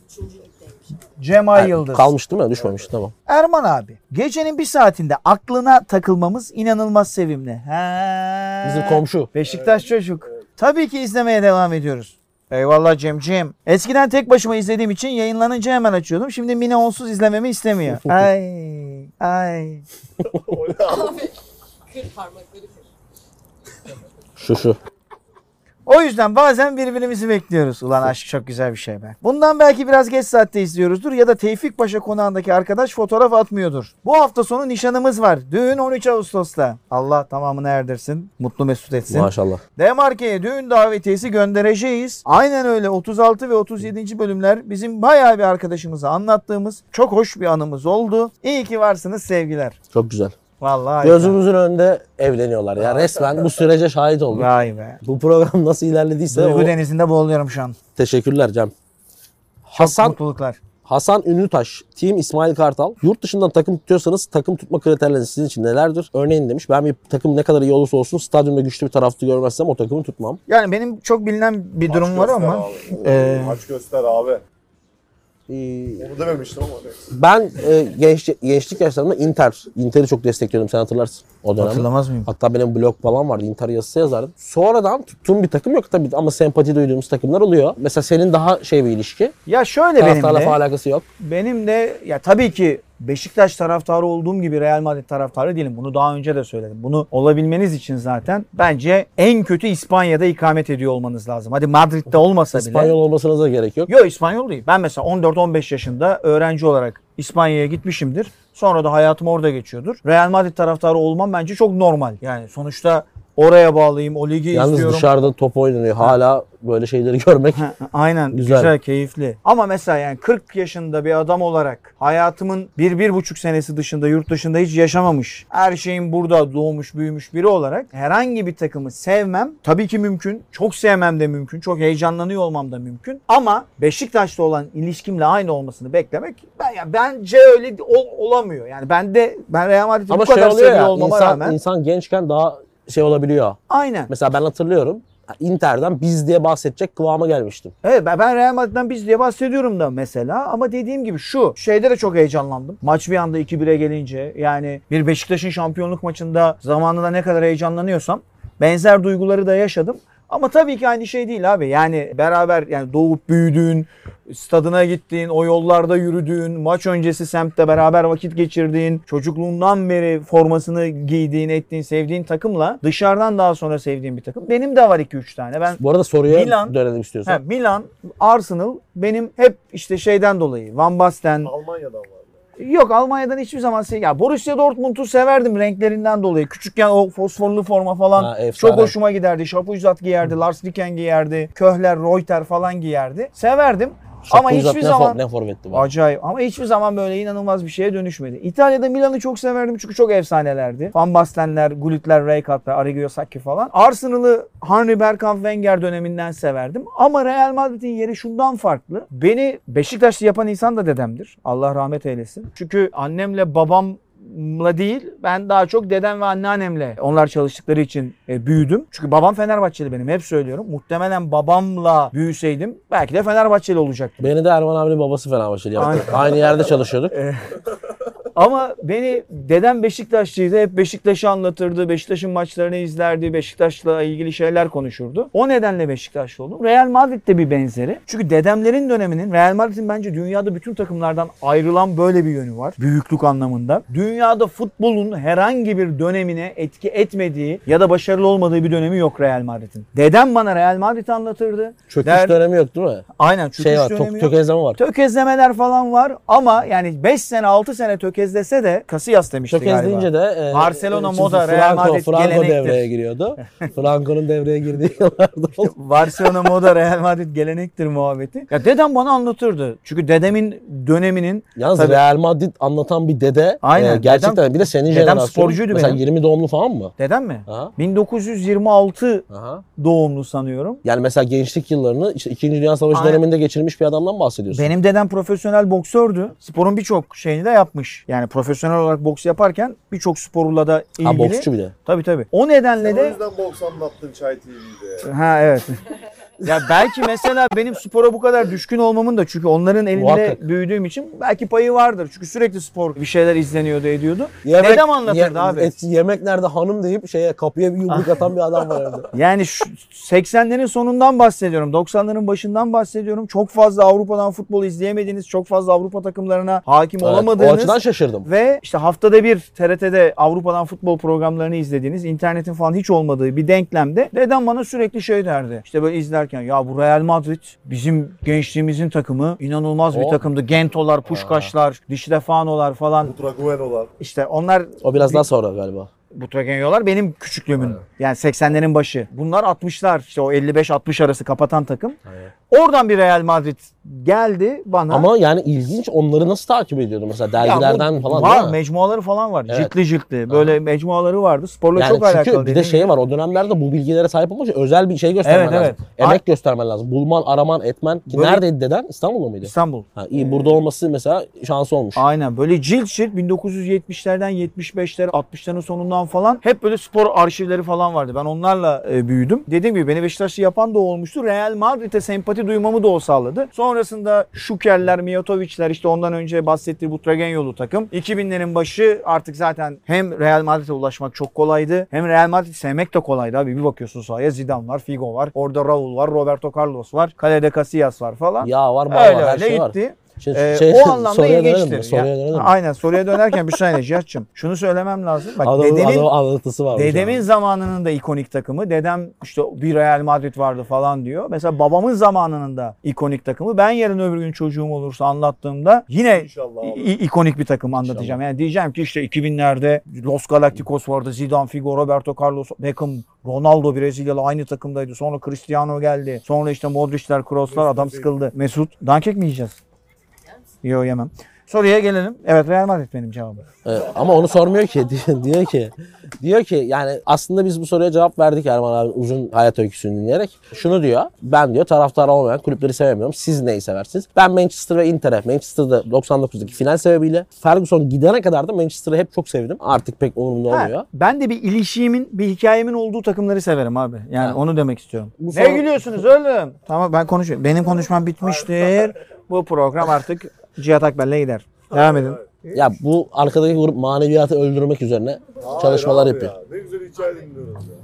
A: Cema
B: Yani
A: Yıldız.
B: kalmış değil mi? Düşmemiş. Tamam.
A: Erman abi. Gecenin bir saatinde aklına takılmamız inanılmaz sevimli. He.
B: Bizim komşu.
A: Beşiktaş çocuk. Tabii ki izlemeye devam ediyoruz. Eyvallah Cemciğim. Eskiden tek başıma izlediğim için yayınlanınca hemen açıyordum. Şimdi Mine onsuz izlememi istemiyor. [laughs] ay ay.
C: O ne abi?
F: Abi kır parmakları kır.
B: Şu şu.
A: O yüzden bazen birbirimizi bekliyoruz. Ulan aşk çok güzel bir şey be. Bundan belki biraz geç saatte izliyoruzdur ya da Tevfik Paşa konağındaki arkadaş fotoğraf atmıyordur. Bu hafta sonu nişanımız var. Düğün 13 Ağustos'ta. Allah tamamını erdirsin. Mutlu mesut etsin.
B: Maşallah.
A: Demarke'ye düğün davetiyesi göndereceğiz. Aynen öyle 36 ve 37. bölümler bizim bayağı bir arkadaşımıza anlattığımız çok hoş bir anımız oldu. İyi ki varsınız sevgiler.
B: Çok güzel.
A: Vallahi harika.
B: Gözümüzün önünde evleniyorlar. Ya resmen bu sürece şahit olduk.
A: Vay be.
B: Bu program nasıl ilerlediyse
A: Duygu
B: o...
A: denizinde boğuluyorum şu an.
B: Teşekkürler Cem. Hasan
A: Mutluluklar.
B: Hasan Ünlütaş, Team İsmail Kartal. Yurt dışından takım tutuyorsanız takım tutma kriterleri sizin için nelerdir? Örneğin demiş ben bir takım ne kadar iyi olursa olsun stadyumda güçlü bir tarafta görmezsem o takımı tutmam.
A: Yani benim çok bilinen bir durum
C: Aç
A: var
C: göster
A: ama.
C: abi.
B: e,
A: Ee,
C: Aç göster abi.
B: Ee,
C: Onu dememiştim ama.
B: ben e, genç, gençlik yaşlarımda Inter, Inter'i çok destekliyordum sen hatırlarsın o dönem.
A: Hatırlamaz mıyım?
B: Hatta benim blog falan vardı. Inter yazısı yazardım. Sonradan tuttuğum bir takım yok tabii ama sempati duyduğumuz takımlar oluyor. Mesela senin daha şey bir ilişki.
A: Ya şöyle benim
B: Taraftarla falan
A: de.
B: alakası yok.
A: Benim de ya tabii ki Beşiktaş taraftarı olduğum gibi Real Madrid taraftarı değilim. Bunu daha önce de söyledim. Bunu olabilmeniz için zaten bence en kötü İspanya'da ikamet ediyor olmanız lazım. Hadi Madrid'de olmasa bile.
B: İspanyol olmasına da gerek yok.
A: Yok İspanyol değil. Ben mesela 14-15 yaşında öğrenci olarak İspanya'ya gitmişimdir. Sonra da hayatım orada geçiyordur. Real Madrid taraftarı olmam bence çok normal. Yani sonuçta oraya bağlıyım, o ligi
B: Yalnız
A: istiyorum.
B: dışarıda top oynanıyor. Hala böyle şeyleri [laughs] görmek
A: Ha, Aynen
B: Güzel.
A: güzel. keyifli. Ama mesela yani 40 yaşında bir adam olarak hayatımın bir, bir buçuk senesi dışında yurt dışında hiç yaşamamış. Her şeyin burada doğmuş büyümüş biri olarak herhangi bir takımı sevmem tabii ki mümkün. Çok sevmem de mümkün. Çok heyecanlanıyor olmam da mümkün. Ama Beşiktaş'ta olan ilişkimle aynı olmasını beklemek ben, ya bence öyle ol- olamıyor. Yani ben de ben Real Madrid'i bu
B: Ama şey
A: kadar
B: oluyor
A: seviyor
B: ya
A: olmama
B: insan,
A: rağmen
B: insan gençken daha şey olabiliyor.
A: aynen.
B: Mesela ben hatırlıyorum Inter'den biz diye bahsedecek kıvama gelmiştim.
A: Evet ben ben Real Madrid'den biz diye bahsediyorum da mesela ama dediğim gibi şu şeyde de çok heyecanlandım. Maç bir anda 2-1'e gelince yani bir Beşiktaş'ın şampiyonluk maçında zamanında ne kadar heyecanlanıyorsam benzer duyguları da yaşadım. Ama tabii ki aynı şey değil abi. Yani beraber yani doğup büyüdüğün, stadına gittiğin, o yollarda yürüdüğün, maç öncesi semtte beraber vakit geçirdiğin, çocukluğundan beri formasını giydiğin, ettiğin, sevdiğin takımla dışarıdan daha sonra sevdiğin bir takım. Benim de var 2-3 tane. Ben
B: Bu arada soruya
A: Milan-
B: dönelim istiyorsan.
A: Ha, Milan, Arsenal benim hep işte şeyden dolayı. Van Basten.
C: Almanya'dan var.
A: Yok Almanya'dan hiçbir zaman se- ya Borussia Dortmund'u severdim renklerinden dolayı. Küçükken o fosforlu forma falan
B: Ha, efsane.
A: çok hoşuma giderdi. Şapuzat giyerdi, Lars Ricken giyerdi, Köhler, Reuter falan giyerdi. Severdim.
B: Şapka
A: ama
B: uzat,
A: hiçbir
B: ne, for-
A: zaman
B: ne forvetti bu?
A: Acayip ama hiçbir zaman böyle inanılmaz bir şeye dönüşmedi. İtalya'da Milan'ı çok severdim çünkü çok efsanelerdi. Van Bastenler, Gullit,ler, Rijkaard'lar, Arrigo Sacchi falan. Arsenal'ı Henry Bergkamp Wenger döneminden severdim. Ama Real Madrid'in yeri şundan farklı. Beni Beşiktaşlı yapan insan da dedemdir. Allah rahmet eylesin. Çünkü annemle babam la değil. Ben daha çok dedem ve anneannemle onlar çalıştıkları için e, büyüdüm. Çünkü babam Fenerbahçeli benim hep söylüyorum. Muhtemelen babamla büyüseydim belki de Fenerbahçeli olacaktım.
B: Beni de Erman abinin babası Fenerbahçeli yaptı.
A: Aynen.
B: Aynı yerde çalışıyorduk.
A: Ama beni dedem Beşiktaşlıydı. Hep Beşiktaş'ı anlatırdı. Beşiktaş'ın maçlarını izlerdi. Beşiktaş'la ilgili şeyler konuşurdu. O nedenle Beşiktaşlı oldum. Real Madrid'de bir benzeri. Çünkü dedemlerin döneminin Real Madrid'in bence dünyada bütün takımlardan ayrılan böyle bir yönü var. Büyüklük anlamında. Dünyada futbolun herhangi bir dönemine etki etmediği ya da başarılı olmadığı bir dönemi yok Real Madrid'in. Dedem bana Real Madrid anlatırdı.
B: Çöküş
A: Der-
B: dönemi yok değil mi?
A: Aynen çöküş
B: şey var,
A: dönemi
B: tök,
A: yok.
B: tökezleme var.
A: Tökezlemeler falan var ama yani 5 sene 6 sene tökezlese de Casillas demişti galiba.
B: Tökezleyince de e,
A: Barcelona,
B: e,
A: Moda,
B: çünkü
A: Real
B: Franco-
A: Madrid
B: Franco
A: gelenektir.
B: devreye
A: [laughs]
B: giriyordu. Franco'nun devreye girdiği yıllarda oldu.
A: Barcelona, Moda, Real Madrid gelenektir muhabbeti. Ya dedem bana anlatırdı. Çünkü dedemin döneminin
B: Yalnız
A: Tabii.
B: Real Madrid anlatan bir dede.
A: Aynen,
B: e, gerçekten
A: dedem-
B: bir de senin
A: dedem
B: jenerasyonun.
A: sporcuydu
B: Mesela
A: benim.
B: 20 doğumlu falan mı?
A: dedem mi?
B: Aha.
A: 1926
B: Aha.
A: doğumlu sanıyorum.
B: Yani mesela gençlik yıllarını işte 2. Dünya Savaşı
A: Aynen.
B: döneminde geçirmiş bir adamdan bahsediyorsun.
A: Benim dedem profesyonel boksördü. Sporun birçok şeyini de yapmış. Yani profesyonel olarak boks yaparken birçok sporla da ilgili.
B: ha boksçu bir de.
A: Tabii tabii. O nedenle
C: Sen
A: de
C: o yüzden boks anlattın Çay TV'de.
A: Ha evet. [laughs] ya belki mesela benim spora bu kadar düşkün olmamın da çünkü onların elinde
B: Muhakkak.
A: büyüdüğüm için belki payı vardır. Çünkü sürekli spor bir şeyler izleniyordu ediyordu.
B: Yemek,
A: Dedem anlatırdı abi.
B: et- yemek nerede hanım deyip şeye kapıya
A: [laughs]
B: bir yumruk atan bir adam var evde.
A: Yani şu 80'lerin sonundan bahsediyorum. 90'ların başından bahsediyorum. Çok fazla Avrupa'dan futbol izleyemediğiniz, çok fazla Avrupa takımlarına hakim
B: Evet,
A: olamadığınız.
B: O açıdan şaşırdım.
A: Ve işte haftada bir TRT'de Avrupa'dan futbol programlarını izlediğiniz, internetin falan hiç olmadığı bir denklemde dedem bana sürekli şey derdi. İşte böyle izlerken ya bu Real Madrid bizim gençliğimizin takımı inanılmaz bir
B: O-
A: takımdı. Gentolar, Puşkaşlar, Dişlefanolar falan
C: Utragueno'lar.
A: işte onlar
B: O biraz daha sonra galiba.
A: Butragenyolar benim küçüklüğümün yani 80'lerin başı. Bunlar 60'lar işte o 55-60 arası kapatan takım. Oradan bir Real Madrid geldi bana.
B: Ama yani ilginç onları nasıl takip ediyordu mesela
A: Ya bu-
B: dergilerden falan
A: var,
B: değil mi?
A: mecmuaları falan var.
B: Evet.
A: Ciltli ciltli. Böyle mecmuaları vardı. Sporla
B: Yani
A: çok
B: çünkü
A: alakalı.
B: bir de
A: dediğim
B: şey var o dönemlerde bu bilgilere sahip olmak için özel bir şey göstermen
A: Evet,
B: lazım.
A: evet.
B: Emek göstermen lazım. Bulman, araman, etmen. Ki
A: Böyle- Ee,
B: neredeydi deden? İstanbul'da mıydı?
A: gibi. İstanbul.
B: Ha, iyi burada olması mesela şansı olmuş.
A: Aynen böyle cilt cilt 1970'lerden 75'lere 60'ların sonundan falan hep böyle spor arşivleri falan vardı. Ben onlarla e, büyüdüm. Dediğim gibi beni Beşiktaşlı yapan da o olmuştu. Real Madrid'e sempati duymamı da o sağladı. Sonrasında Şukerler, Mijatovic'ler işte ondan önce bahsettiği Butragenyolu takım. 2000'lerin başı artık zaten hem Real Madrid'e ulaşmak çok kolaydı. Hem Real Madrid sevmek de kolaydı abi. Bir bakıyorsun sahaya Zidane var, Figo var. Orada Raul var, Roberto Carlos var. Kalede Casillas var falan.
B: Ya var var
A: öyle
B: var her
A: öyle
B: şey var.
A: gitti.
B: Şimdi
A: Ee,
B: şey- [laughs]
A: o anlamda
B: soruya dönelim mi?
A: ilginçtir.
B: Soruya
A: Ya-
B: dönelim mi?
A: Aynen soruya dönerken bir saniye Cihat'cığım şunu söylemem lazım. Bak
B: Adamın,
A: dedemin,
B: adamın anlatısı varmış.
A: dedemin
B: abi.
A: zamanının da ikonik takımı. Dedem işte bir Real Madrid vardı falan diyor. Mesela babamın zamanının da ikonik takımı. Ben yarın öbür gün çocuğum olursa anlattığımda yine
C: İnşallah
A: i-
C: abi.
A: i- ikonik bir takım anlatacağım. Yani diyeceğim ki işte 2000'lerde Los Galacticos vardı. Zidane, Figo, Roberto Carlos, Beckham, Ronaldo Brezilyalı aynı takımdaydı. Sonra Cristiano geldi. Sonra işte Modric'ler, Kroos'lar adam sıkıldı. Mesut, dankek mi yiyeceğiz? Yok yemem. Soruya gelelim. Evet Real Madrid benim cevabım.
B: Evet, Ee, ama onu sormuyor ki. [laughs] Diyor- diyor ki diyor ki yani aslında biz bu soruya cevap verdik Erman abi uzun hayat öyküsünü dinleyerek. Şunu diyor. Ben diyor taraftar olmayan kulüpleri sevemiyorum. Siz neyi seversiniz? Ben Manchester ve Inter'e Manchester'da 99'daki final sebebiyle Ferguson gidene kadar da Manchester'ı hep çok sevdim. Artık pek umurumda
A: Ha,
B: olmuyor.
A: ben de bir ilişiğimin, bir hikayemin olduğu takımları severim abi. Yani onu demek istiyorum.
B: Bu
A: ne
B: soru-
A: gülüyorsunuz oğlum? Tamam ben konuşuyorum. Benim konuşmam bitmiştir. Bu program artık Cihat Akbel'le gider. Devam edin.
B: Ya bu arkadaki grup maneviyatı öldürmek üzerine
C: Hayır
B: çalışmalar
C: abi
B: yapıyor.
C: ya, Ne güzel hikaye dinliyoruz ya.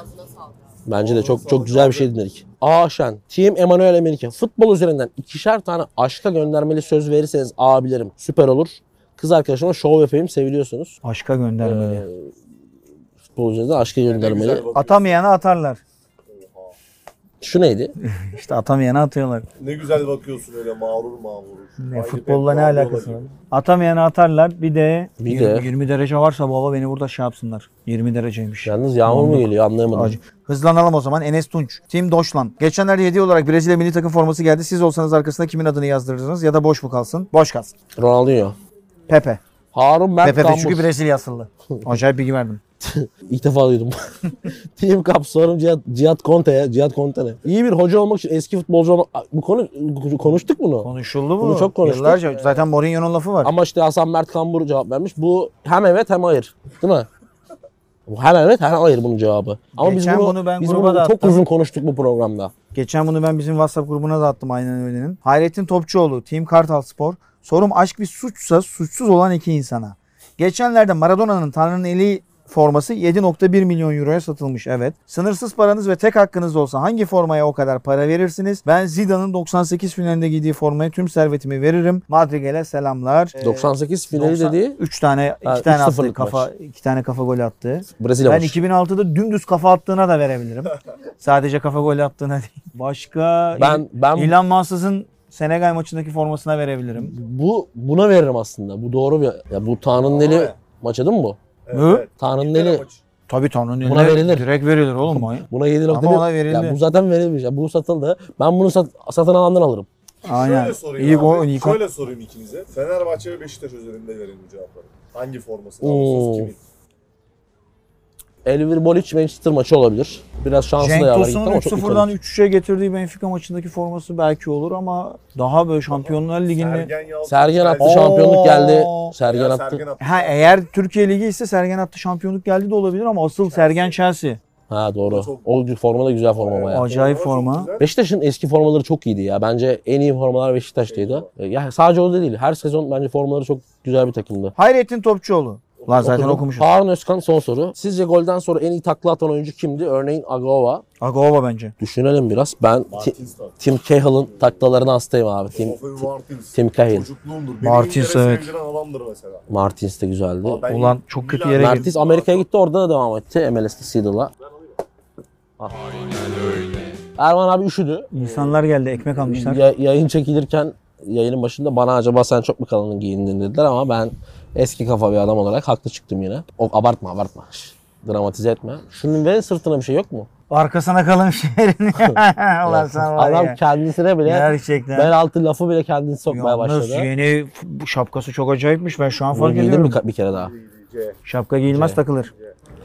F: Ağzına sağlık.
B: Bence de çok çok güzel bir şey dinledik. Aşen, Team Emanuel Amerika. Futbol üzerinden ikişer tane aşka göndermeli söz verirseniz abilerim süper olur. Kız arkadaşıma şov yapayım seviliyorsunuz.
A: Aşka göndermeli.
B: Ee, Futbol üzerinden aşka göndermeli.
C: Güzel bak-
A: Atamayana atarlar.
B: Şu neydi?
A: İşte atamayana atıyorlar.
C: Ne güzel bakıyorsun öyle mağrur mağrur.
A: Ne,
C: Aynı
A: futbolla ne
C: Pep
A: alakası
C: Guardiola
A: var?
C: gibi.
A: Atamayana atarlar. Bir de,
B: Bir
A: 20,
B: de-
A: 20 derece varsa baba beni burada şey yapsınlar. 20 dereceymiş.
B: Yalnız yağmur mu geliyor anlayamadım.
A: Acı. Hızlanalım o zaman. Enes Tunç, Tim Doşlan. Geçenlerde hediye olarak Brezilya milli takım forması geldi. Siz olsanız arkasına kimin adını yazdırırsınız ya da boş mu kalsın? Boş kalsın.
B: Ronaldinho.
A: Pepe.
B: Harun Mert
A: Pepe de çünkü
B: Kambur.
A: Brezilya asıllı. Acayip bilgi verdim.
B: İlk defa duydum. [laughs] Team Cup sorum Cihat, Cihat Conte'ye. Cihat Conte ne? İyi bir hoca olmak için eski futbolcu olmak... Bu konu konuştuk bunu.
A: Konuşuldu bu.
B: Bunu çok konuştuk.
A: Yıllarca. Zaten Mourinho'nun lafı var.
B: Ama işte Hasan Mert Kambur cevap vermiş. Bu hem evet hem hayır. Değil mi? Bu hem evet hem hayır bunun cevabı. Ama
A: Geçen
B: biz bunu,
A: bunu ben
B: biz
A: gruba
B: bunu
A: da
B: çok
A: attım.
B: uzun konuştuk bu programda.
A: Geçen bunu ben bizim WhatsApp grubuna da attım aynen öylenin. Hayrettin Topçuoğlu, Team Kartal Spor. Sorum aşk bir suçsa suçsuz olan iki insana. Geçenlerde Maradona'nın Tanrı'nın eli forması 7.1 milyon euroya satılmış evet. Sınırsız paranız ve tek hakkınız olsa hangi formaya o kadar para verirsiniz? Ben Zidane'ın 98 finalinde giydiği formaya tüm servetimi veririm. Madrigal'e selamlar. Ee,
B: 98 finali
A: 90
B: dediği
A: Üç tane,
B: Ha,
A: iki tane
B: 3-0'lık
A: attı,
B: maç.
A: kafa, iki tane kafa golü attı.
B: Brezilya
A: Ben
B: maçı.
A: 2006'da dümdüz kafa attığına da verebilirim. Sadece kafa gol attığına değil. Başka
B: Ben ben
A: İlhan Mansız'ın Senegal maçındaki formasına verebilirim.
B: bu buna veririm aslında. Bu doğru bir ya bu Tanrı'nın eli maçı değil mi bu?
A: Hı?
B: Tanrı'nın
C: İngiltere
B: eli
C: maçı.
A: Tabii Tanrı'nın
B: Buna
A: eline
B: verilir.
A: Direkt verilir oğlum o.
B: buna 7
A: Ama
B: nokta
A: ona
B: bir-
A: verildi.
B: Ya bu zaten verilmiş. Ya bu satıldı. Ben bunu sat, satın alandan alırım.
A: Aynen.
C: Şöyle sorayım
A: İyi
C: abi,
A: gol, iyi gol.
C: Şöyle sorayım ikinize. Fenerbahçe ve Beşiktaş üzerinde verin bu cevapları. Hangi formasını
B: Oo.
C: alıyorsunuz kimin?
B: Elvir Bolic Manchester maçı olabilir. Biraz şanslı
A: Cenk
B: yaver gitti ama
A: Tosun'un
B: çok iyi
A: 3-0'dan
B: tanıdık.
A: 3-3'e getirdiği Benfica maçındaki forması belki olur ama daha böyle Şampiyonlar Ligi'nde...
C: Sergen Yalçın.
B: Sergen attı
A: Oo.
B: şampiyonluk geldi. Sergen
C: Ya
B: attı.
C: Sergen attı.
A: Ha eğer Türkiye Ligi ise Sergen attı şampiyonluk geldi de olabilir ama asıl Sergen Chelsea.
B: Ha doğru.
C: Çok-
B: O forma da güzel forma bayağı.
A: Acayip
C: Formalar
A: forma.
C: çok güzel.
B: Beşiktaş'ın eski formaları çok iyiydi ya. Bence en iyi formalar Beşiktaş'taydı. Ya sadece o da değil. Her sezon bence formaları çok güzel bir takımdı.
A: Hayrettin Topçuoğlu. Lan zaten
B: Okudum.
A: okumuşum.
B: Harun Özkan son soru. Sizce golden sonra en iyi takla atan oyuncu kimdi? Örneğin Agova.
A: Agova bence.
B: Düşünelim biraz. Ben Ti-
C: Martins tabii.
B: Tim Cahill'ın taklalarına hastayım abi. Tim,
C: Rafael Martins.
B: Tim Cahill.
C: Çocukluğumdur. Beni
A: Martins,
C: Inter'e
A: evet.
C: sevdiren adamdır mesela.
B: Martins de güzeldi.
C: Aa, ben
A: Ulan çok kötü
C: Milan-
A: yere girdi.
B: Mertins Amerika'ya gitti orada da devam etti. MLS'de Seedle'la. Ah. Erman abi üşüdü.
A: İnsanlar geldi ekmek almışlar.
B: Ya- yayın çekilirken yayının başında bana acaba sen çok mu kalın giyindin dediler ama ben eski kafa bir adam olarak haklı çıktım yine. O, abartma abartma. Şş, dramatize etme. Şunun ve sırtına bir şey yok mu?
A: Arkasına kalın [laughs] şehrin. Allah sana var
B: Adam
A: ya.
B: kendisine bile
A: Gerçekten.
B: bel altı lafı bile kendini sokmaya
A: Yalnız
B: başladı.
A: yeni f- bu şapkası çok acayipmiş. Ben şu an
B: Bunu
A: fark
B: giydin mi Şey.
A: ediyorum.
B: ka- bir kere daha?
C: C.
A: Şapka giyilmez takılır.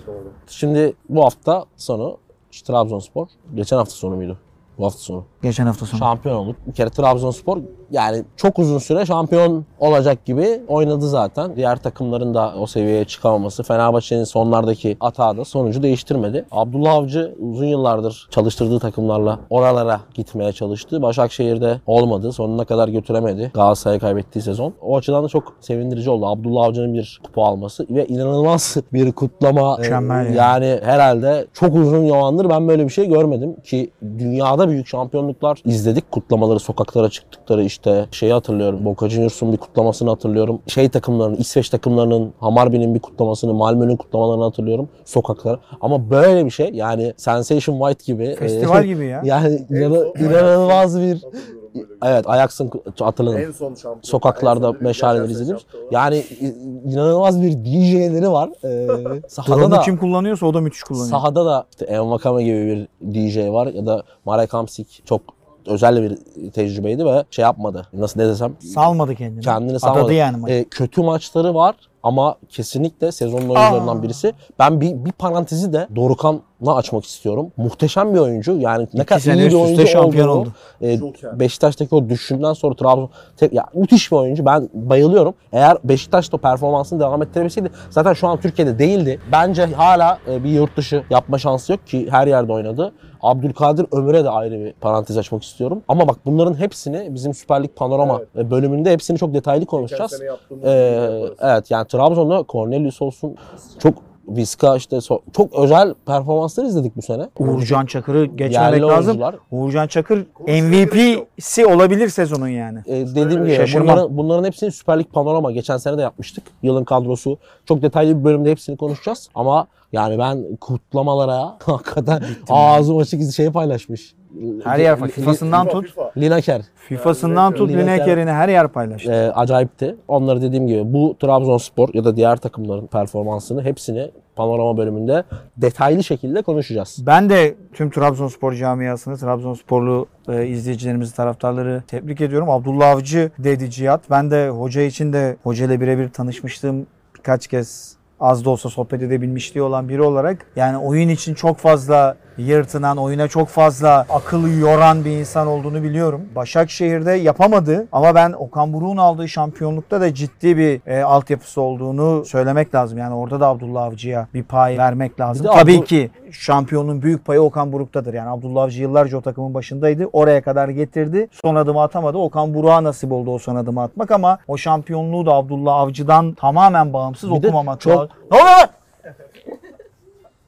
C: Doğru.
B: Şimdi bu hafta sonu işte Trabzonspor. Geçen hafta sonu muydu? Bu hafta sonu.
A: Geçen hafta sonu.
B: şampiyon olur. Bir kere Trabzonspor yani çok uzun süre şampiyon olacak gibi oynadı zaten. Diğer takımların da o seviyeye çıkamaması Fenerbahçe'nin sonlardaki atağı da sonucu değiştirmedi. Abdullah Avcı uzun yıllardır çalıştırdığı takımlarla oralara gitmeye çalıştı. Başakşehir'de olmadı. Sonuna kadar götüremedi. Galatasaray'a kaybettiği sezon. O açıdan da çok sevindirici oldu. Abdullah Avcı'nın bir kupa alması ve inanılmaz [laughs] bir kutlama.
A: Mükemmel
B: Ee,
A: ya.
B: yani herhalde çok uzun zamandır ben böyle bir şey görmedim ki dünyada büyük şampiyonluklar izledik. Kutlamaları sokaklara çıktıkları işte şeyi hatırlıyorum. Boca Juniors'un bir kutlamasını hatırlıyorum. Şey takımların, İsveç takımlarının, Hamarby'nin bir kutlamasını, Malmö'nün kutlamalarını hatırlıyorum sokaklara. Ama böyle bir şey yani Sensation White gibi.
A: Festival
B: [laughs] e,
A: gibi ya.
B: Yani
C: En
B: yana-
C: son-
B: inanılmaz bir.
C: Hatırlıyorum böyle bir- şey.
B: Evet Ajax'ın hatırladım.
C: En son şampiyon.
B: Sokaklarda
C: en son
B: meşaleleri
C: dediğim
B: izledim.
C: gerçekten şampiyon.
B: Yani i- inanılmaz bir DJ'leri var.
A: [laughs]
B: Ee, sahada
A: Drone'u
B: da
A: kim kullanıyorsa o da müthiş kullanıyor.
B: Sahada da işte Envakame gibi bir DJ var ya da Marek Hamsik çok özel bir tecrübeydi ve şey yapmadı. Nasıl ne desem
A: Salmadı kendini.
B: kendini
A: Adadı
B: sağladı.
A: yani maçı.
B: E, kötü maçları var ama kesinlikle sezonun oyuncularından birisi. Ben bir, bir parantezi de Dorukan'la açmak istiyorum. Muhteşem bir oyuncu. Yani ne kadar
A: sene
B: iyi bir
A: üst üste
B: oyuncu
A: şampiyon
B: olduğunu,
A: oldu.
B: e,
C: Joker.
B: Beşiktaş'taki o düşüşünden sonra Trabzon tek, ya müthiş bir oyuncu. Ben bayılıyorum. Eğer Beşiktaş da performansını devam ettirebilseydi zaten şu an Türkiye'de değildi. Bence hala e, bir yurt dışı yapma şansı yok ki her yerde oynadı. Abdülkadir Ömür'e de ayrı bir parantez açmak istiyorum. Ama bak bunların hepsini bizim Süper Lig Panorama e, bölümünde hepsini çok detaylı
C: Geçen
B: konuşacağız.
C: sene yaptığımız
B: Ee,
C: gibi yaparız.
B: evet yani Trabzon'da Cornelius olsun çok Viska işte so- çok özel performanslar izledik bu sene.
A: Uğurcan Çakır'ı geçmemek
B: Yerli
A: lazım.
B: oyuncular.
A: Uğurcan Çakır
C: Konuşmaya gerek yok.
A: MVP'si olabilir sezonun yani.
B: Ee, dediğim gibi
A: Şaşırmam.
B: bunların, bunların hepsini Süper Lig Panorama geçen sene de yapmıştık. Yılın kadrosu. Çok detaylı bir bölümde hepsini konuşacağız. Ama yani ben kutlamalara [laughs] hakikaten ağzım açık şey paylaşmış.
A: Her yer
B: Li-
A: FIFA'sından
C: FIFA,
A: tut,
C: FIFA.
B: Li- Lineker.
A: FIFA'sından tut
B: Lineker-
A: Lineker'ini her yer paylaştı.
B: e, acayipti. Onları dediğim gibi bu Trabzonspor ya da diğer takımların performansını hepsini panorama bölümünde detaylı şekilde konuşacağız.
A: Ben de tüm Trabzonspor camiasını, Trabzonsporlu e, izleyicilerimizi, taraftarları tebrik ediyorum. Abdullah Avcı dedi Cihat. Ben de hoca için de hocayla birebir tanışmıştım. Birkaç kez az da olsa sohbet edebilmişliği olan biri olarak. Yani oyun için çok fazla yırtınan, oyuna çok fazla akıl yoran bir insan olduğunu biliyorum. Başakşehir'de yapamadı ama ben Okan Buruk'un aldığı şampiyonlukta da ciddi bir e, altyapısı olduğunu söylemek lazım. Yani orada da Abdullah Avcı'ya bir pay vermek lazım.
B: Bir de
A: Tabii
B: Abdul-
A: ki şampiyonun büyük payı Okan Buruk'tadır. Yani Abdullah Avcı yıllarca o takımın başındaydı. Oraya kadar getirdi. Son adımı atamadı. Okan Buruk'a nasip oldu o son adımı atmak ama o şampiyonluğu da Abdullah Avcı'dan tamamen bağımsız
B: Bir de
A: okumamak
B: çok-
A: lazım. Ne oluyor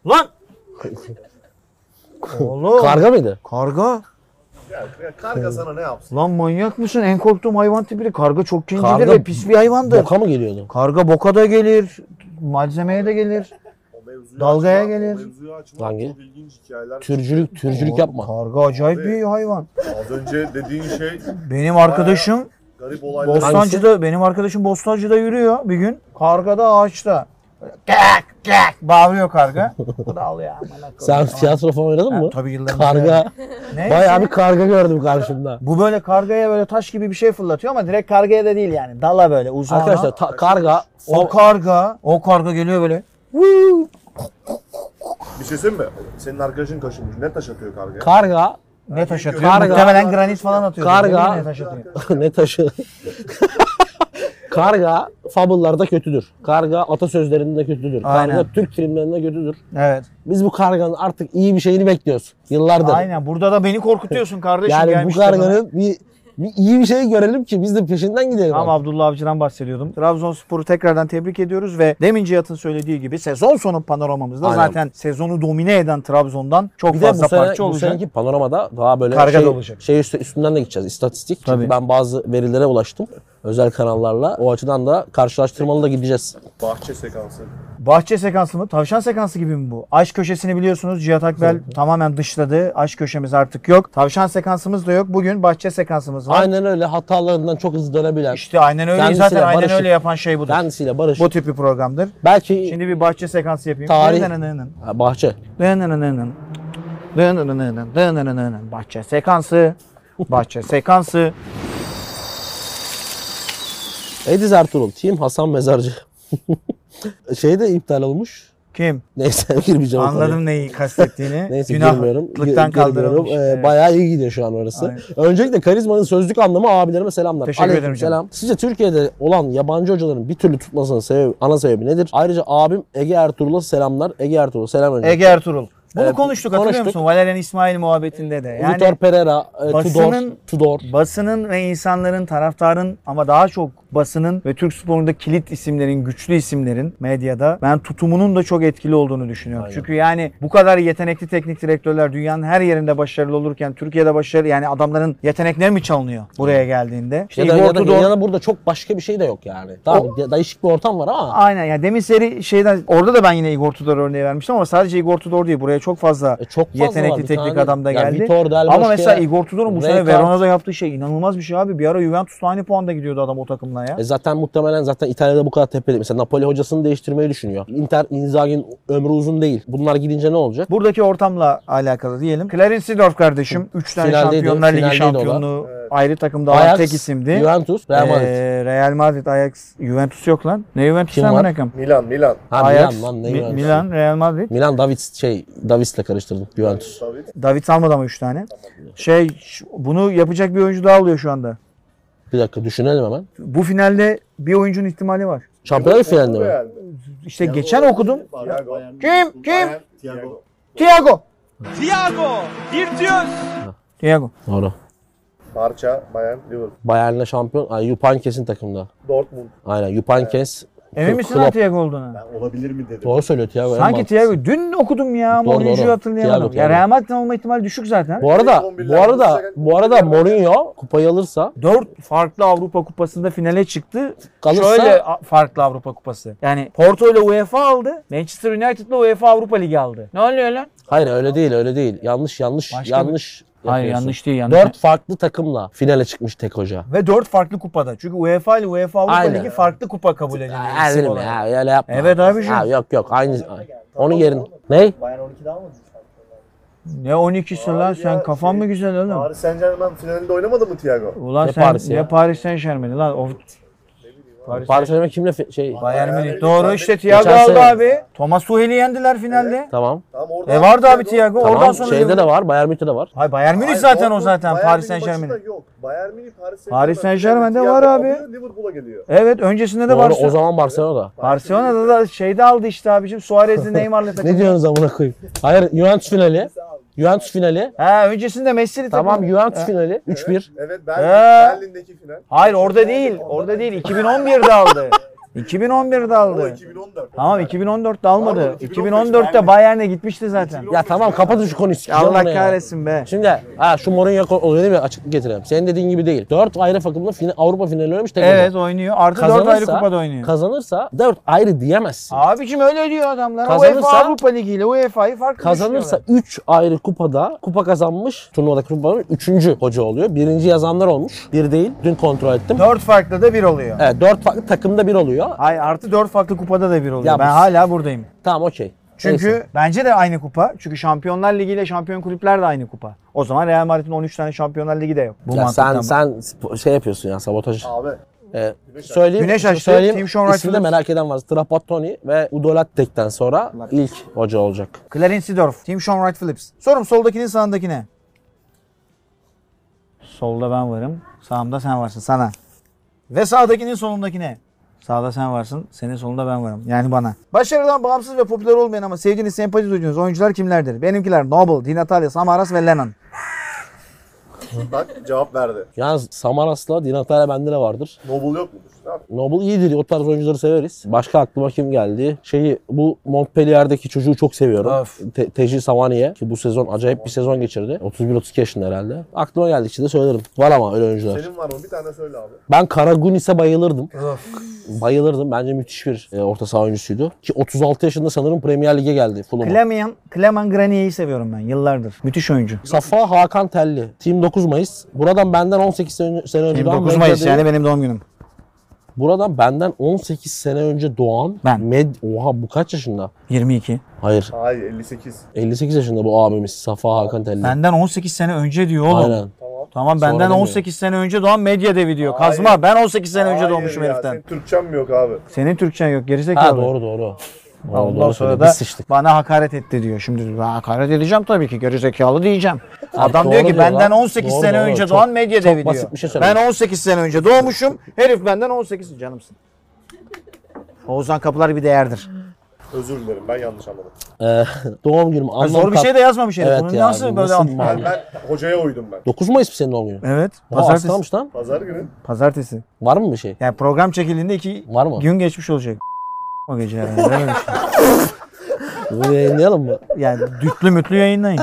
A: lan?
B: [laughs]
A: Lan! Oğlum.
B: Karga mıydı?
A: karga.
C: Ya, ya karga sana ne yapsın?
A: Lan manyak mısın? En korktuğum hayvan tipleri. Karga çok kincidir
B: Karga
A: ve pis bir hayvandır.
B: Boka mı geliyordu?
A: Karga boka da gelir. Malzemeye de gelir.
C: O mevzuyu
A: Dalgaya
C: açma,
A: gelir.
C: O mevzuyu açma.
B: Hangi?
C: Çok ilginç hikayeler.
B: Türcülük, türcülük
A: Oğlum,
B: yapma.
A: Karga acayip bir hayvan.
C: Az önce dediğin şey
A: Benim arkadaşım
C: garip olaylar.
A: Bostancı'da benim arkadaşım Bostancı'da yürüyor bir gün. Karga da ağaçta. Böyle Kek kek bağırıyor
B: [laughs]
A: karga. O da ağlıyor amına
B: Sen
A: koyayım.
B: tiyatro falan oynadın
A: Ha,
B: mı?
A: Tabii yıllar önce.
B: Karga.
A: Neyse.
B: Bayağı bir karga gördüm karşımda.
A: Bu böyle kargaya böyle taş gibi bir şey fırlatıyor ama direkt kargaya da değil yani. Dala böyle uzağına.
B: Arkadaşlar ta- karga
A: o karga, o karga geliyor böyle.
C: Bir şey söyleyeyim mi? Senin arkadaşın kaşınmış. Ne taş atıyor kargaya?
B: karga [laughs]
A: Ne taş atıyor?
B: Karga-
A: Muhtemelen granit falan atıyor.
B: Karga-
A: Ne taş atıyor?
B: ne taşı? [laughs] karga fabullarda kötüdür. Karga atasözlerinde kötüdür.
A: Aynen.
B: Karga Türk filmlerinde kötüdür.
A: Evet.
B: Biz bu karganın artık iyi bir şeyini bekliyoruz. Yıllardır.
A: Aynen. Burada da beni korkutuyorsun kardeşim.
B: Yani bu
A: gelmişler bana.
B: karganın bir, bir iyi bir şey görelim ki biz de peşinden gidelim.
A: Tam Abdullah Avcı'dan bahsediyordum. Trabzonspor'u tekrardan tebrik ediyoruz ve demin Cihat'ın söylediği gibi sezon sonu panoramamızda
B: Aynen.
A: zaten sezonu domine eden Trabzon'dan çok
B: Bir de
A: fazla
B: bu, sene,
A: parça
B: bu
A: olacak.
B: seneki panoramada daha böyle
A: Karga
B: şey,
A: da olacak.
B: şey üstü- üstünden de gideceğiz. İstatistik. Çünkü
A: Tabii.
B: ben bazı verilere ulaştım. Özel kanallarla. O açıdan da karşılaştırmalı da gideceğiz.
C: Bahçe sekansı.
A: Bahçe sekansı mı? Tavşan sekansı gibi mi bu? Aşk köşesini biliyorsunuz Cihat Akbel tamamen dışladı. Aşk köşemiz artık yok. Tavşan sekansımız da yok. Bugün bahçe sekansımız var.
B: Aynen öyle hatalarından çok hızlı dönebilen.
A: İşte aynen öyle.
B: Kendisiyle
A: Zaten aynen
B: barışık.
A: öyle yapan şey budur.
B: Kendisiyle barış.
A: Bu tip bir programdır.
B: Belki
A: Şimdi bir bahçe sekansı yapayım.
B: Tarih-
A: Dınınının.
B: Ha, bahçe.
A: Dınınının. Dınınının. Dınınının. Bahçe sekansı. Bahçe sekansı.
B: Ediz Ertuğrul. Team Hasan Mezarcı. [laughs] şey de iptal olmuş.
A: Kim?
B: Neyse [laughs] girmeyeceğim. o konuya.
A: Anladım neyi kastettiğini.
B: [laughs] Neyse girmiyorum. Gi-
A: Günahlıktan
B: girmiyorum.
A: kaldırılmış.
B: Ee,
A: Evet.
B: Bayağı iyi gidiyor şu an orası.
A: Aynen.
B: Öncelikle karizmanın sözlük anlamı abilerime selamlar.
A: Teşekkür ederim
B: Aleykümselam.
A: canım.
B: Sizce Türkiye'de olan yabancı hocaların bir türlü tutmasının sebebi, ana sebebi nedir? Ayrıca abim Ege Ertuğrul'a selamlar. Ege Ertuğrul selam önce.
A: Ege Ertuğrul. Bunu
B: Ee,
A: konuştuk hatırlıyor
B: konuştuk.
A: musun? Valerian İsmail muhabbetinde de. Yani
B: Vitor Pereira, e,
A: basının-
B: Tudor, Tudor.
A: basının ve insanların, taraftarın ama daha çok basının ve Türk sporunda kilit isimlerin, güçlü isimlerin medyada ben tutumunun da çok etkili olduğunu düşünüyorum.
B: Aynen.
A: Çünkü yani bu kadar yetenekli teknik direktörler dünyanın her yerinde başarılı olurken Türkiye'de başarılı yani adamların yetenekleri mi çalınıyor buraya geldiğinde? İşte
B: Ya da,
A: Igor
B: ya, da,
A: Tudor-
B: ya da burada çok başka bir şey de yok yani. Tamam ya- değişik bir ortam var ama
A: Aynen yani demin seri şeyden orada da ben yine Igor Tudor örneği vermiştim ama sadece Igor Tudor değil buraya çok fazla
B: e, çok fazla
A: yetenekli
B: var. Bir
A: teknik
B: tane-
A: adam da
B: Ya
A: geldi.
B: Vitor, Del
A: Ama
B: Bosque,
A: mesela Igor Tudor'un bu sene
B: Rijkaard.
A: Verona'da yaptığı şey inanılmaz bir şey abi. Bir ara Juventus'la aynı puanda gidiyordu adam o takımla ya.
B: E zaten muhtemelen zaten İtalya'da bu kadar tepede. Mesela Napoli hocasını değiştirmeyi düşünüyor. Inter Inzaghi'nin ömrü uzun değil. Bunlar gidince ne olacak?
A: Buradaki ortamla alakalı diyelim. Clarence Seedorf kardeşim 3 tane
B: Finaldeydi,
A: Şampiyonlar Ligi
B: finaldeydi o da.
A: şampiyonluğu ayrı takımda
B: Ajax,
A: olan tek isimdi.
B: Juventus, Real Madrid.
A: Ee, Real Madrid, Ajax, Juventus yok lan. Ne Juventus'tan
B: Kim var?
A: bırakayım?
C: Milan, Milan.
B: ha,
A: Ajax,
B: Milan lan ne
A: Mi-
B: Juventus? Milan.
A: Milan, Real Madrid.
B: Davids şey Davids'le karıştırdım Juventus.
C: David.
A: David Salma'da mı 3 tane? Şey ş- bunu yapacak bir oyuncu daha oluyor şu anda.
B: Bir dakika düşünelim hemen.
A: Bu finalde bir oyuncunun ihtimali var.
B: Şampiyonlar finalinde mi?
C: Real.
A: İşte geçen okudum.
C: Thiago.
A: Kim? Kim?
C: Thiago.
A: Thiago. Thiago. Thiago.
B: Doğru.
C: Parça, Bayern, Liverpool.
B: Bayern'le şampiyon. Ay Yupankes'in takımda.
C: Dortmund.
B: Aynen Yupankes.
A: Emin misin lan
B: Klopp.
A: Thiago olduğuna?
C: Olabilir mi dedim.
B: Doğru söylüyor Thiago. en
A: Sanki
B: mantıklısı.
A: Thiago. Dün okudum ya ama
B: Doğru,
A: oyuncuyu
B: doğru.
A: hatırlayamadım.
B: Thiago,
A: Ya
B: Thiago.
A: Real Madrid'den olma ihtimali düşük zaten.
B: Bu arada bu arada bu arada Mourinho kupayı alırsa
A: Dört farklı Avrupa Kupası'nda finale çıktı.
B: kalırsa
A: Şöyle a- farklı Avrupa Kupası. Yani Porto ile UEFA aldı. Manchester United ile UEFA Avrupa Ligi aldı. Ne oluyor lan?
B: hayır öyle değil öyle değil. Yanlış yanlış
A: Başka
B: yanlış.
A: Hayır
B: yapıyorsun.
A: yanlış değil yanlış.
B: Dört farklı takımla finale çıkmış tek hoca.
A: Ve dört farklı kupada. Çünkü UEFA ile UEFA Avrupa
B: Aynen.
A: Ligi farklı kupa kabul edildi.
B: Ha,
A: isim
B: Erzurum
A: olarak.
B: ya öyle yapma.
A: Evet abiciğim.
B: Ha, yok yok aynı. şey. Onun
E: Tamam,
B: yerine.
E: tamam.
B: Ne?
E: Bayern 12'de almadı mı şampiyonlar?
A: Ne 12'si lan
C: Abi
A: sen
C: ya,
A: kafan
C: şey,
A: mı güzel oğlum?
C: Paris Saint Germain finalinde oynamadı mı Thiago?
A: Ulan
B: Ne
A: sen
B: Paris'i
A: ne
B: ya?
A: Paris Saint Germain'i lan. Of. Paris-
B: Paris Saint-Germain kimle fi- şey?
A: Bayern
C: Bayern
A: Münih.
C: Münih.
A: Doğru işte
B: Geçen
A: Thiago aldı
B: sene-
A: abi. Thomas Tuchel'i yendiler finalde.
B: Tamam.
C: Tamam orada.
A: E vardı abi Thiago.
B: Tamam.
A: Oradan sonra
B: Şeyde de var. Bayern Münih'te de var.
A: Hayır Bayern Münih
C: Hayır,
A: zaten o
C: Dortmund,
A: zaten
C: Bayern
A: Paris
C: Münih maçı
A: Saint-Germain'in.
C: da Yok. Bayern Münih Paris Saint-Germain.
A: Paris Saint-Germain'de
C: finalde
A: var
C: Thiago
A: abi.
C: alıyor, Liverpool'a geliyor.
A: Evet öncesinde de
B: Doğru, o
A: Barcelona.
B: zaman Barcelona'da.
A: Barcelona'da da şeyde aldı işte abicim.
B: [laughs]
A: Suarez'li Neymar'lı takım.
B: Ne diyorsunuz amına koyayım? Hayır Juventus finali. Juventus finali.
A: Ha öncesinde Messi'li takım.
B: Tamam Juventus
A: Ha.
B: finali. 3-1.
C: Evet
A: He.
C: Berlin, Berlin'deki final.
A: Ee? Hayır orada değil. Orada değil. 2011'de
B: [laughs]
A: aldı. 2011'de
C: O
A: aldı.
C: 2014.
A: Tamam 2014'te almadı.
C: Almadı,
A: 2014'te Bayern'e gitmişti zaten.
B: Ya tamam kapatın şu konuyu. sikeceğim
A: Allah
B: onu ya. Şey-
A: kahretsin be.
B: Şimdi ha şu Mourinho ko- olayını bir açıklık getireyim. Senin dediğin gibi değil. 4 ayrı takımla fina- Avrupa finali oynamış tek
A: Evet
B: adam.
A: oynuyor. Artı 4
B: Kazanırsa-
A: ayrı kupada oynuyor.
B: Kazanırsa 4 ayrı diyemezsin.
A: Abicim öyle diyor adamlar.
B: Kazanırsa-
A: UEFA Avrupa Ligi ile UEFA'yı farklı
B: Kazanırsa
A: düşünüyorlar.
B: 3 ayrı kupada kupa kazanmış. Turnuvadaki kupa 3. hoca oluyor. Birinci yazanlar olmuş. Bir değil. Dün kontrol ettim.
A: Dört farklı da bir oluyor.
B: Evet 4 farklı takımda bir oluyor.
A: Hayır artı 4 farklı kupada da bir oluyor.
B: Ya
A: ben
B: bu-
A: hala buradayım.
B: Tamam okey.
A: Çünkü
B: Neyse.
A: bence de aynı kupa. Çünkü Şampiyonlar Ligi ile Şampiyon Kulüpler de aynı kupa. O zaman Real Madrid'in 13 tane Şampiyonlar Ligi de yok. Bu
B: ya sen
A: mantıktan bak.
B: sen spo- şey yapıyorsun ya sabotaj.
C: Abi.
B: Ee,
C: Güneş
B: söyleyeyim.
A: Güneş açtı,
B: Söyleyeyim.
A: Tim Sean
B: ismini de
A: Wright'ın-
B: merak eden var. Trapattoni ve Udolattek'ten sonra ilk hoca olacak.
A: Clarence Seedorf, Tim Sean Wright Phillips. Sorum soldakinin sağındakine. Solda ben varım. Sağımda sen varsın sana. Ve sağdakinin solundakine. Sağda sen varsın, senin solunda ben varım. Yani bana. Başarıdan bağımsız ve popüler olmayan ama sevdiğiniz, sempati duyduğunuz oyuncular kimlerdir? Benimkiler Noble, Di Natalia, Samaras ve Lennon.
C: Bak cevap verdi.
B: Yalnız Samaras'la Dinatara bende de vardır.
C: Noble yok mudur? Ne yapayım?
B: Noble iyidir. O tarz oyuncuları severiz. Başka aklıma kim geldi? Şeyi bu Montpellier'deki çocuğu çok seviyorum. Te- Teji Savaniye ki bu sezon acayip bir sezon geçirdi. 31-32 yaşında herhalde. Aklıma geldikçe de söylerim. Var ama öyle oyuncular.
C: Senin var mı? Bir tane söyle abi.
B: Ben Karagunis'e bayılırdım. Bayılırdım. Bence müthiş bir e, orta saha oyuncusuydu. Ki 36 yaşında sanırım Premier Lig'e geldi Fulham'a.
A: Clement, Clement Granier'i seviyorum ben yıllardır. Müthiş oyuncu.
B: Safa Hakan Telli. Team 9 Mayıs. Buradan benden 18 sene, sene önce doğan
A: 29 Mayıs
B: medyada-
A: yani benim doğum günüm.
B: Buradan benden 18 sene önce doğan
A: Ben.
B: med Oha bu kaç yaşında?
A: 22.
B: Hayır.
C: Hayır 58.
B: 58 yaşında bu abimiz Safa Hakan Telli.
A: Benden 18 sene önce diyor oğlum.
B: Aynen.
A: Tamam
B: Sonra
A: benden
B: demiyor.
A: 18 sene önce doğan medya devi diyor.
C: Hayır.
A: Kazma ben 18 sene önce
C: Hayır
A: doğmuşum
C: ya,
A: heriften.
C: Senin Türkçen mi yok abi?
A: Senin Türkçen yok gerizekalı.
B: Ha doğru doğru. Doğru,
A: Ondan
B: doğru
A: sonra
B: söylüyor.
A: da
B: Biz sıçtık.
A: bana hakaret etti diyor. Şimdi ben hakaret edeceğim tabii ki gerizekalı diyeceğim. Adam
B: doğru
A: diyor ki
B: diyor
A: benden
B: lan.
A: 18
B: Doğru,
A: sene
B: doğru.
A: önce
B: Çok-
A: doğan medya devi
B: basit
A: diyor.
B: bir şey söyledin.
A: ben 18 sene önce doğmuşum. Herif benden 18 canımsın. Oğuzhan Kapılar bir değerdir.
C: Özür dilerim ben yanlış anladım.
B: Ee, [laughs] doğum günüm. Anlam
A: Zor bir
B: kat-
A: şey de yazmamış herif.
B: Evet
A: Bunu
B: ya,
A: nasıl böyle
B: nasıl
A: anlıyor?
B: mal?
C: Ben, ben hocaya uydum ben.
B: 9 Mayıs mı senin doğum günün?
A: Evet.
B: Aa,
A: Pazartesi.
B: aslanmış lan.
C: Pazar günü.
A: Pazartesi.
B: Var mı bir şey?
A: Yani program çekildiğinde iki
B: Var mı?
A: gün geçmiş olacak. O gece yani. Öyle
B: [laughs]
A: bir şey.
B: Bunu yayınlayalım mı?
A: Yani dütlü mütlü
B: [laughs]
A: yayınlayın.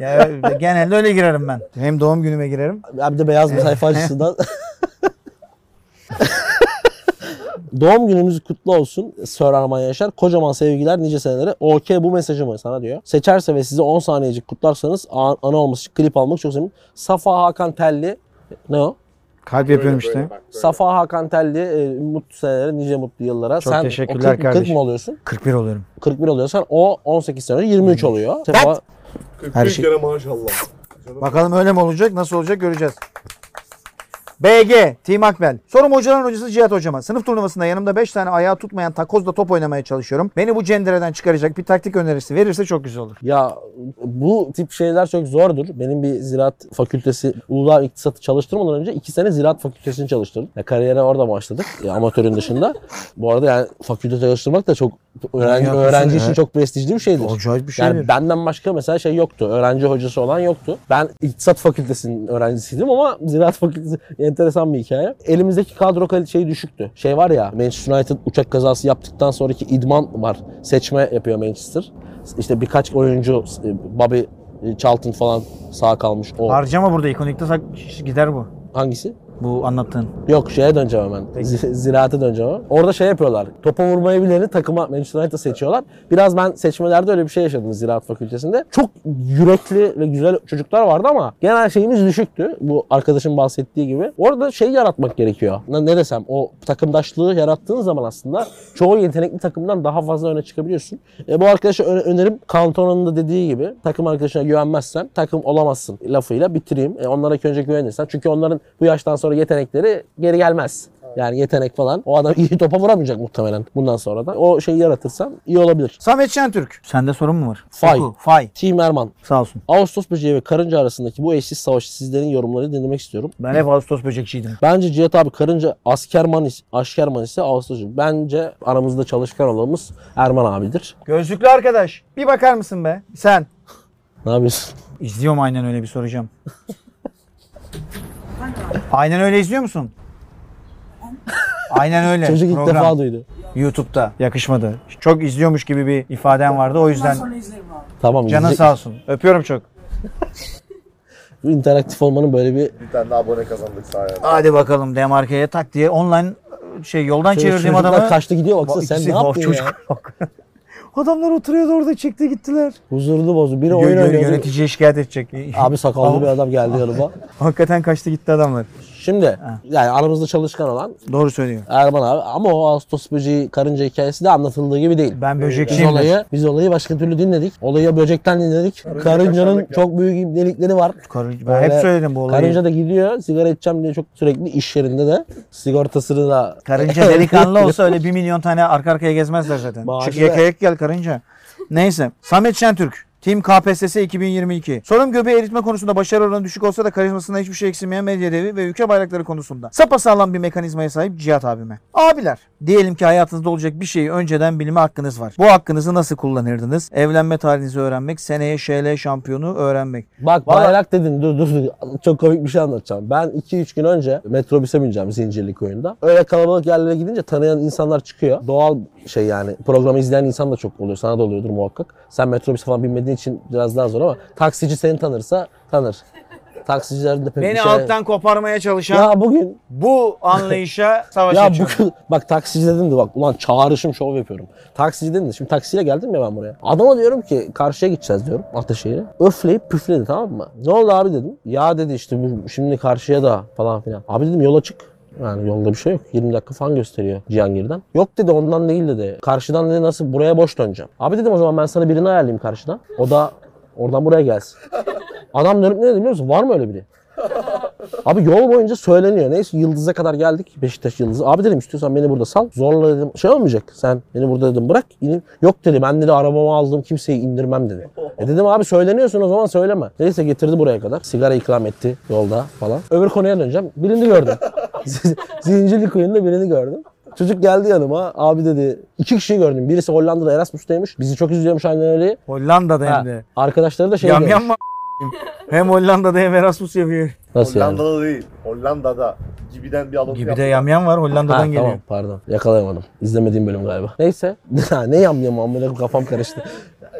A: ya genelde öyle girerim ben. Hem doğum günüme girerim.
B: Abi de beyaz bir
A: [laughs]
B: sayfa açısından. Doğum günümüz kutlu olsun Sir Arman Yaşar. Kocaman sevgiler nice senelere. Okey bu mesajımı sana diyor. Seçerse ve size 10 saniyecik kutlarsanız an- ana olması için klip almak çok sevinirim. Safa Hakan Telli. Ne o?
A: Kalp yapıyorum
C: Böyle,
A: işte.
C: böyle bak, böyle.
B: Safa Hakan Telli e, mutlu senelere nice mutlu yıllara.
A: Çok
B: Sen
A: teşekkürler
B: o 40,
A: kardeşim.
B: mı oluyorsun?
A: 41 oluyorum.
B: 41 oluyorsan o 18 sene önce 23 oluyor. Sefa,
C: 41
A: Her şey-
C: kere maşallah. Canım.
A: Bakalım öyle mi olacak, nasıl olacak göreceğiz. BG, Team Akbel. Sorum hocaların hocası Cihat hocama. Sınıf turnuvasında yanımda 5 tane ayağı tutmayan takozla top oynamaya çalışıyorum. Beni bu cendereden çıkaracak bir taktik önerisi verirse çok güzel olur.
B: Ya bu tip şeyler çok zordur. Benim bir ziraat fakültesi, Uludağ İktisatı çalıştırmadan önce iki sene ziraat fakültesini çalıştırdım. Ya kariyere orada başladık ya amatörün dışında. Bu arada yani fakülte çalıştırmak da çok öğrenci,
A: Haklısın,
B: öğrenci için
A: evet.
B: çok prestijli bir şeydir.
A: Acayip bir şey
B: Yani benden başka mesela şey yoktu. Öğrenci hocası olan yoktu. Ben iktisat fakültesinin öğrencisiydim ama ziraat fakültesi [laughs] enteresan bir hikaye. Elimizdeki kadro kalitesi şey düşüktü. Şey var ya Manchester United uçak kazası yaptıktan sonraki idman var. Seçme yapıyor Manchester. İşte birkaç oyuncu e, Bobby e, Charlton falan sağ kalmış. O
A: Harcama burada ikonikte sak- gider bu.
B: hangisi?
A: Bu anlattığın.
B: Yok şeye döneceğim hemen. Z- Ziraate döneceğim hemen. Orada şey yapıyorlar. Topa vurmayı bileni takıma Manchester United'a seçiyorlar. Biraz ben seçmelerde öyle bir şey yaşadım Ziraat Fakültesinde. Çok yürekli ve güzel çocuklar vardı ama genel şeyimiz düşüktü. Bu arkadaşın bahsettiği gibi. Orada şey yaratmak gerekiyor. Ne, ne desem o takımdaşlığı yarattığın zaman aslında çoğu yetenekli takımdan daha fazla öne çıkabiliyorsun. E, bu arkadaşa ö- önerim Kantona'nın da dediği gibi takım arkadaşına güvenmezsen takım olamazsın lafıyla bitireyim. E, onlara önce güvenirsen çünkü onların bu yaştan sonra sonra yetenekleri geri gelmez. Yani yetenek falan. O adam iyi topa vuramayacak muhtemelen bundan sonra da. O şeyi yaratırsam iyi olabilir.
A: Samet Şentürk. Sende sorun mu var?
B: Fay.
A: Oku. Fay.
B: Team Erman.
A: Sağ olsun.
B: Ağustos böceği ve karınca arasındaki bu eşsiz savaşı sizlerin yorumlarını dinlemek istiyorum.
A: Ben hep Ağustos böcekçiydim.
B: Bence Cihat abi karınca askerman, is- aşkerman ise Ağustos'cu. Bence aramızda çalışkan olanımız Erman abidir.
A: Gözlüklü arkadaş. Bir bakar mısın be? Sen.
B: Ne yapıyorsun?
A: İzliyorum aynen öyle bir soracağım. aynen öyle izliyor musun? Aynen öyle.
B: Çocuk ilk
A: Program.
B: defa duydu.
A: YouTube'da yakışmadı. Çok izliyormuş gibi bir ifaden vardı. O yüzden
B: Tamam
A: canın
B: izleyecek-
A: sağ olsun. Öpüyorum çok.
B: Bu interaktif olmanın böyle bir
C: Bir tane daha abone kazandık sayende.
A: Hadi bakalım demarkeye tak diye online şey yoldan çevirdiğim
B: Çocuklar
A: adamı.
B: kaçtı gidiyor baksana sen
A: İkisi-
B: ne
A: Of,
B: yaptın ya?
A: çocuk- bak. [laughs] Adamlar oturuyordu orada çekti gittiler.
B: Huzurlu bozdu. Biri
A: Yö-
B: oyun
A: yö-
B: oynuyor.
A: yöneticiye şikayet edecek.
B: Abi sakallı
A: Tamam.
B: bir adam geldi yanıma.
A: [laughs] Hakikaten kaçtı gitti adamlar.
B: Şimdi yani aramızda çalışkan olan
A: Doğru söylüyor.
B: Erman abi ama o Ağustos böceği karınca hikayesi de anlatıldığı gibi değil.
A: Ben
B: Biz
A: böcekçiyim.
B: olayı, biz olayı başka türlü dinledik. Olayı böcekten dinledik. Karıncanın
C: kaçırdık ya.
B: çok büyük delikleri var.
A: Karınca- ben
B: Böyle
A: hep söyledim bu olayı.
B: Karınca
A: Karınca,
B: da gidiyor sigara içeceğim diye çok sürekli iş yerinde de sigortasını da [laughs]
A: delikanlı olsa öyle bir milyon tane arka arkaya gezmezler zaten.
B: Maaşı
A: Çık
B: da-
A: yakayak gel karınca. Neyse. Samet Şentürk. Team KPSS 2022. Sorun göbeği eritme konusunda başarı oranı düşük olsa da karizmasında hiçbir şey eksilmeyen medya devi ve ülke bayrakları konusunda. Sapasağlam bir mekanizmaya sahip Cihat abime. Abiler, diyelim ki hayatınızda olacak bir şeyi önceden bilme hakkınız var. Bu hakkınızı nasıl kullanırdınız? Evlenme tarihinizi öğrenmek, seneye ŞL şampiyonu öğrenmek.
B: Bak
A: Vallahi-
B: bayrak dedin dur dur dur. Çok komik bir şey anlatacağım. Ben 2-3 gün önce metrobüse bineceğim Zincirli Koyun'da. Öyle kalabalık yerlere gidince tanıyan insanlar çıkıyor. Doğal şey yani programı izleyen insan da çok oluyor. Sana da oluyordur muhakkak. Sen metrobüse falan binmediğin için biraz daha zor ama taksici seni tanırsa tanır. Taksicilerin de pek bir
A: Beni
B: şey...
A: alttan koparmaya çalışan
B: Ya bugün
A: bu
B: [laughs]
A: anlayışa savaş
B: ya
A: açıyorum.
B: bugün bak taksici dedim de bak ulan çağrışım şov yapıyorum. Taksici dedim de şimdi taksiyle geldim ya ben buraya. Adama diyorum ki karşıya gideceğiz diyorum Ataşehir'e. Öfleyip püfledi tamam mı? Ne oldu abi dedim. Ya dedi işte bu şimdi karşıya da falan filan. Abi dedim yola çık. Yani yolda bir şey yok. 20 dakika falan gösteriyor Cihangir'den. Yok dedi ondan değil dedi. Karşıdan dedi nasıl buraya boş döneceğim. Abi dedim o zaman ben sana birini ayarlayayım karşıdan. O da oradan buraya gelsin. Adam dönüp ne dedi biliyor musun? Var mı öyle biri? Abi yol boyunca söyleniyor. Neyse Yıldız'a kadar geldik. Beşiktaş Yıldızı. Abi dedim istiyorsan beni burada sal. Zorla dedim şey olmayacak. Sen beni burada dedim bırak. İnin. Yok dedi ben dedi arabamı aldım kimseyi indirmem dedi. E dedim abi söyleniyorsun o zaman söyleme. Neyse getirdi buraya kadar. Sigara ikram etti yolda falan. Öbür konuya döneceğim. Birini gördüm. [laughs] Z- Zincirli kuyunda birini gördüm. Çocuk geldi yanıma. Abi dedi iki kişi gördüm. Birisi Hollanda'da Erasmus'taymış. Bizi çok izliyormuş aynen öyle.
A: Hollanda'da
B: Ha,
A: hem de.
B: Arkadaşları da şey
A: Yam
B: diyormuş.
A: yam mı a**ayım? hem Hollanda'da hem Erasmus yapıyor.
B: Nasıl yani?
C: Hollanda'da değil. Hollanda'da gibiden bir alıntı
A: Gibi de
C: yaptılar.
A: yam yam var Hollanda'dan
B: Ha,
A: geliyor.
B: Tamam pardon yakalayamadım. İzlemediğim bölüm galiba. Neyse. [laughs] Ha, ne yam yam amına koyayım, kafam karıştı.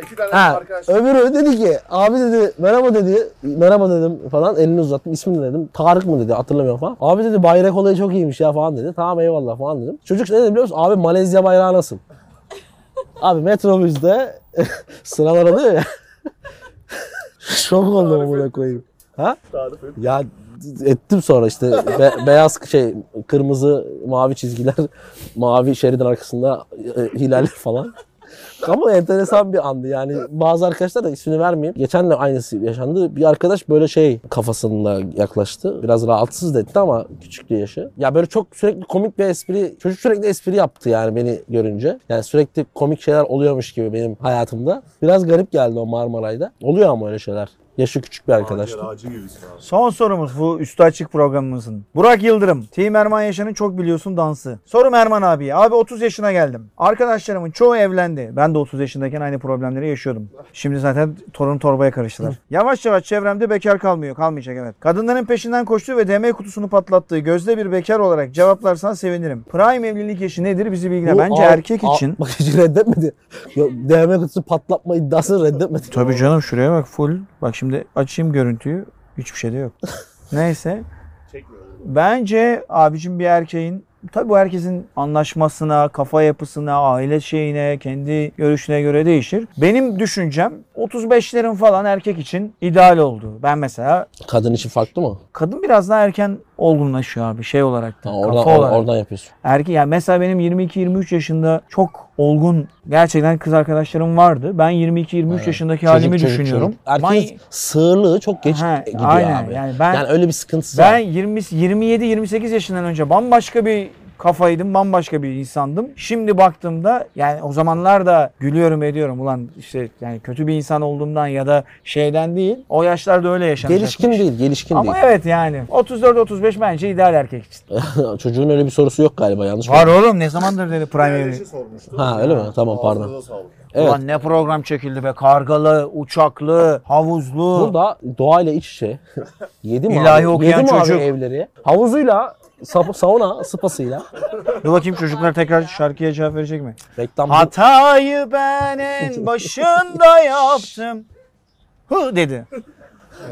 C: İki tane
B: Ha,
C: arkadaş.
B: öbürü dedi ki abi dedi merhaba dedi merhaba dedim falan elini uzattım ismini dedim Tarık mı dedi hatırlamıyorum falan. Abi dedi bayrak olayı çok iyiymiş ya falan dedi tamam eyvallah falan dedim. Çocuk ne dedi biliyor musun abi Malezya bayrağı nasıl? [laughs] abi metrobüste [laughs] sıralar oluyor ya. [laughs] Şok oldum amına koyayım. Ha?
C: Tarif et.
B: Ya ettim sonra işte Be- [laughs] beyaz şey kırmızı mavi çizgiler mavi şeridin arkasında e, hilaller falan. Ama enteresan bir andı yani bazı arkadaşlar da ismini vermeyeyim. Geçen de aynısı yaşandı. Bir arkadaş böyle şey kafasında yaklaştı. Biraz rahatsız da etti ama küçüktü yaşı. Ya böyle çok sürekli komik bir espri. Çocuk sürekli espri yaptı yani beni görünce. Yani sürekli komik şeyler oluyormuş gibi benim hayatımda. Biraz garip geldi o Marmaray'da. Oluyor ama öyle şeyler. Yaşı küçük bir arkadaş.
C: Maceracı gibisin abi.
A: Son sorumuz bu üstü açık programımızın. Burak Yıldırım. Team Erman Yaşar'ın çok biliyorsun dansı. Sorum Erman abiye. Abi 30 yaşına geldim. Arkadaşlarımın çoğu evlendi. Ben de 30 yaşındayken aynı problemleri yaşıyordum. Şimdi zaten torun torbaya karıştılar. yavaş yavaş çevremde bekar kalmıyor. Kalmayacak evet. Kadınların peşinden koştuğu ve DM kutusunu patlattığı gözde bir bekar olarak cevaplarsan sevinirim. Prime evlilik yaşı nedir bizi bilgiler.
B: Bu
A: Bence
B: al-
A: erkek
B: al-
A: için.
B: Bak hiç reddetmedi. Yok, DM kutusu patlatma iddiasını reddetmedi.
A: Tabii canım şuraya bak full. Bak şimdi açayım görüntüyü. Hiçbir şey de
B: [laughs]
A: yok. Neyse.
C: Çekmiyor.
A: Bence abicim bir erkeğin tabii bu herkesin anlaşmasına, kafa yapısına, aile şeyine, kendi görüşüne göre değişir. Benim düşüncem 35'lerin falan erkek için ideal oldu. Ben mesela
B: Kadın için farklı mı?
A: kadın biraz daha erken olgunlaşıyor abi şey olarak da.
B: Ha,
A: kafa
B: oradan, or-
A: olarak.
B: oradan yapıyorsun.
A: Erkek yani mesela benim 22-23 yaşında çok olgun gerçekten kız arkadaşlarım vardı. Ben 22-23
B: Aynen.
A: yaşındaki
B: Çocuk,
A: halimi
B: çocuk,
A: düşünüyorum.
B: çocuk. Erkeğin
A: May-
B: sığırlığı çok geç
A: Ha,
B: gidiyor
A: aynen. Yani
B: abi. Yani,
A: ben-
B: öyle bir sıkıntısı
A: Ben
B: var.
A: 20 27-28 yaşından önce bambaşka bir kafaydım, bambaşka bir insandım. Şimdi baktığımda yani o zamanlar da gülüyorum ediyorum ulan işte yani kötü bir insan olduğumdan ya da şeyden değil. O yaşlarda öyle yaşanacak.
B: Gelişkin değil, gelişkin
A: Ama
B: değil.
A: evet yani 34-35 bence ideal erkek için.
B: [laughs] Çocuğun öyle bir sorusu yok galiba yanlış mı?
A: Var oğlum ne zamandır dedi primary.
C: Kardeşi sormuştu.
B: Ee, Ha öyle mi? Tamam pardon.
C: Ağzınıza sağlık.
B: Evet.
A: Ulan ne program çekildi be kargalı, uçaklı, havuzlu.
B: Burada doğayla
A: [laughs]
B: iç içe. Yedi mi
A: İlahi
B: abi?
A: okuyan
B: Yedi mi abi
A: çocuk.
B: evleri? Havuzuyla, sap- sauna, spasıyla.
A: Dur bakayım çocuklar tekrar şarkıya cevap verecek mi?
B: Reklam
A: Hatayı ben en başında [laughs] yaptım. Hı dedi.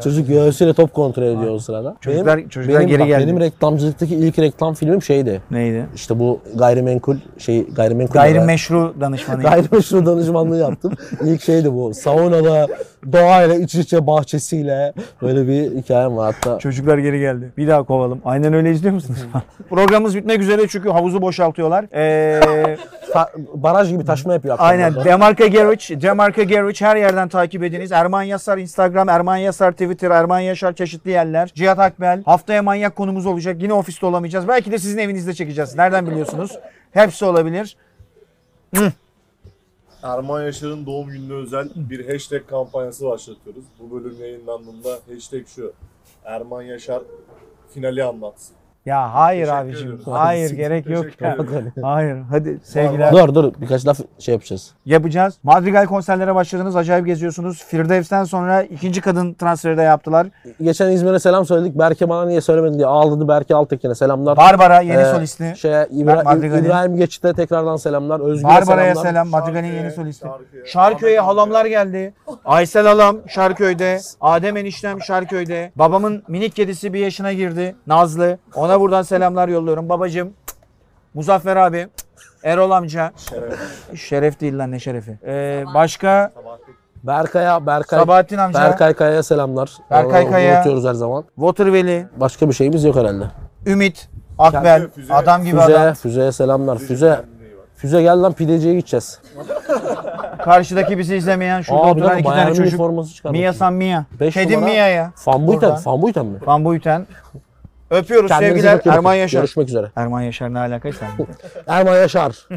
B: Çocuk göğsüyle top kontrol ediyor o sırada.
A: Çocuklar- çocuklar
B: benim,
A: geri
B: bak,
A: geldi.
B: Benim reklamcılıktaki ilk reklam filmim şeydi.
A: Neydi?
B: İşte bu gayrimenkul şey gayrimenkul
A: Gayrimeşru danışmanı.
B: gayrimeşru danışmanlığı yaptım. İlk şeydi bu. Saunada, doğayla, iç içe, bahçesiyle böyle bir hikayem var hatta.
A: Çocuklar geri geldi. Bir daha kovalım. Aynen öyle izliyor musunuz? [laughs] Programımız bitmek üzere çünkü havuzu boşaltıyorlar. [laughs] Ee,
B: ta- baraj gibi taşma yapıyor
A: aynen.
B: akşamları.
A: Demarka Garage. Demarka Garage her yerden takip ediniz. Erman Yasar Instagram, Erman Yasar Twitter, Erman Yaşar çeşitli yerler. Cihat Akbel. Haftaya manyak konumuz olacak. Yine ofiste olamayacağız. Belki de sizin evinizde çekeceğiz. Nereden biliyorsunuz? Hepsi olabilir.
C: Erman Yaşar'ın doğum gününe özel bir hashtag kampanyası başlatıyoruz. Bu bölüm yayınlandığında hashtag şu. Erman Yaşar finali anlatsın.
A: Ya hayır
C: Teşekkür
A: abicim.
C: ediyoruz.
A: Hayır gerek yok ya.
C: Teşekkür ederim.
A: [laughs] Hayır. Hadi sevgiler.
B: Dur dur birkaç laf şey yapacağız.
A: Yapacağız. Madrigal konserlere başladınız. Acayip geziyorsunuz. Firdevs'ten sonra ikinci kadın transferi de yaptılar.
B: Geçen İzmir'e selam söyledik. Berke bana niye söylemedin diye ağladı Berke Altekin'e selamlar.
A: Barbara yeni
B: Ee,
A: solisti.
B: Şeye, İbra-
A: Madrigal'in.
B: İbrahim Geçit'e tekrardan selamlar. Özgür'e
A: Barbara'ya
B: selamlar.
A: selam. Madrigal'in
C: Şarkıya,
A: yeni solisti.
C: şarkıya.
A: Şarköy'e
C: Ahmet
A: halamlar geldi. Aysel halam Şarköy'de. Adem eniştem Şarköy'de. Babamın minik kedisi bir yaşına girdi. Nazlı. Ona buradan selamlar yolluyorum. Babacım. Muzaffer abi. Erol amca. Şeref değil lan ne şerefi. Ee, başka
B: Berkay'a, Berkay,
A: Sabahattin amca.
B: Berkay Kaya'ya selamlar.
A: Berkay
B: Onu
A: Kaya.
B: Unutuyoruz her zaman.
A: Waterveli.
B: Başka bir şeyimiz yok herhalde.
A: Ümit. Akbel.
C: Kendi füze-
A: Adam gibi adam.
B: Füze'ye, Füze'ye selamlar. Füze,
C: Kendine iyi bak.
B: Füze gel lan pideciye gideceğiz.
A: Karşıdaki bizi izlemeyen şurada
B: Aa, bir
A: oturan
B: dakika,
A: iki
B: Miami
A: tane çocuk.
B: forması çıkardı.
A: Mia San Mia.
B: Beş
A: Kedim
B: numara-
A: Mia ya.
B: Fan Buyten,
A: Buradan.
B: Fan Buyten mi?
A: Van Buyten. Öpüyoruz
B: Kendinize iyi
A: sevgiler.
B: bakın.
A: Erman Yaşar.
B: Görüşmek üzere.
A: Erman Yaşar ne alakaysa.
B: Erman Yaşar.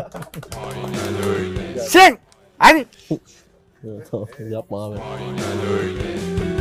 B: [laughs]
A: Sen! Hadi!
B: tamam, yapma abi.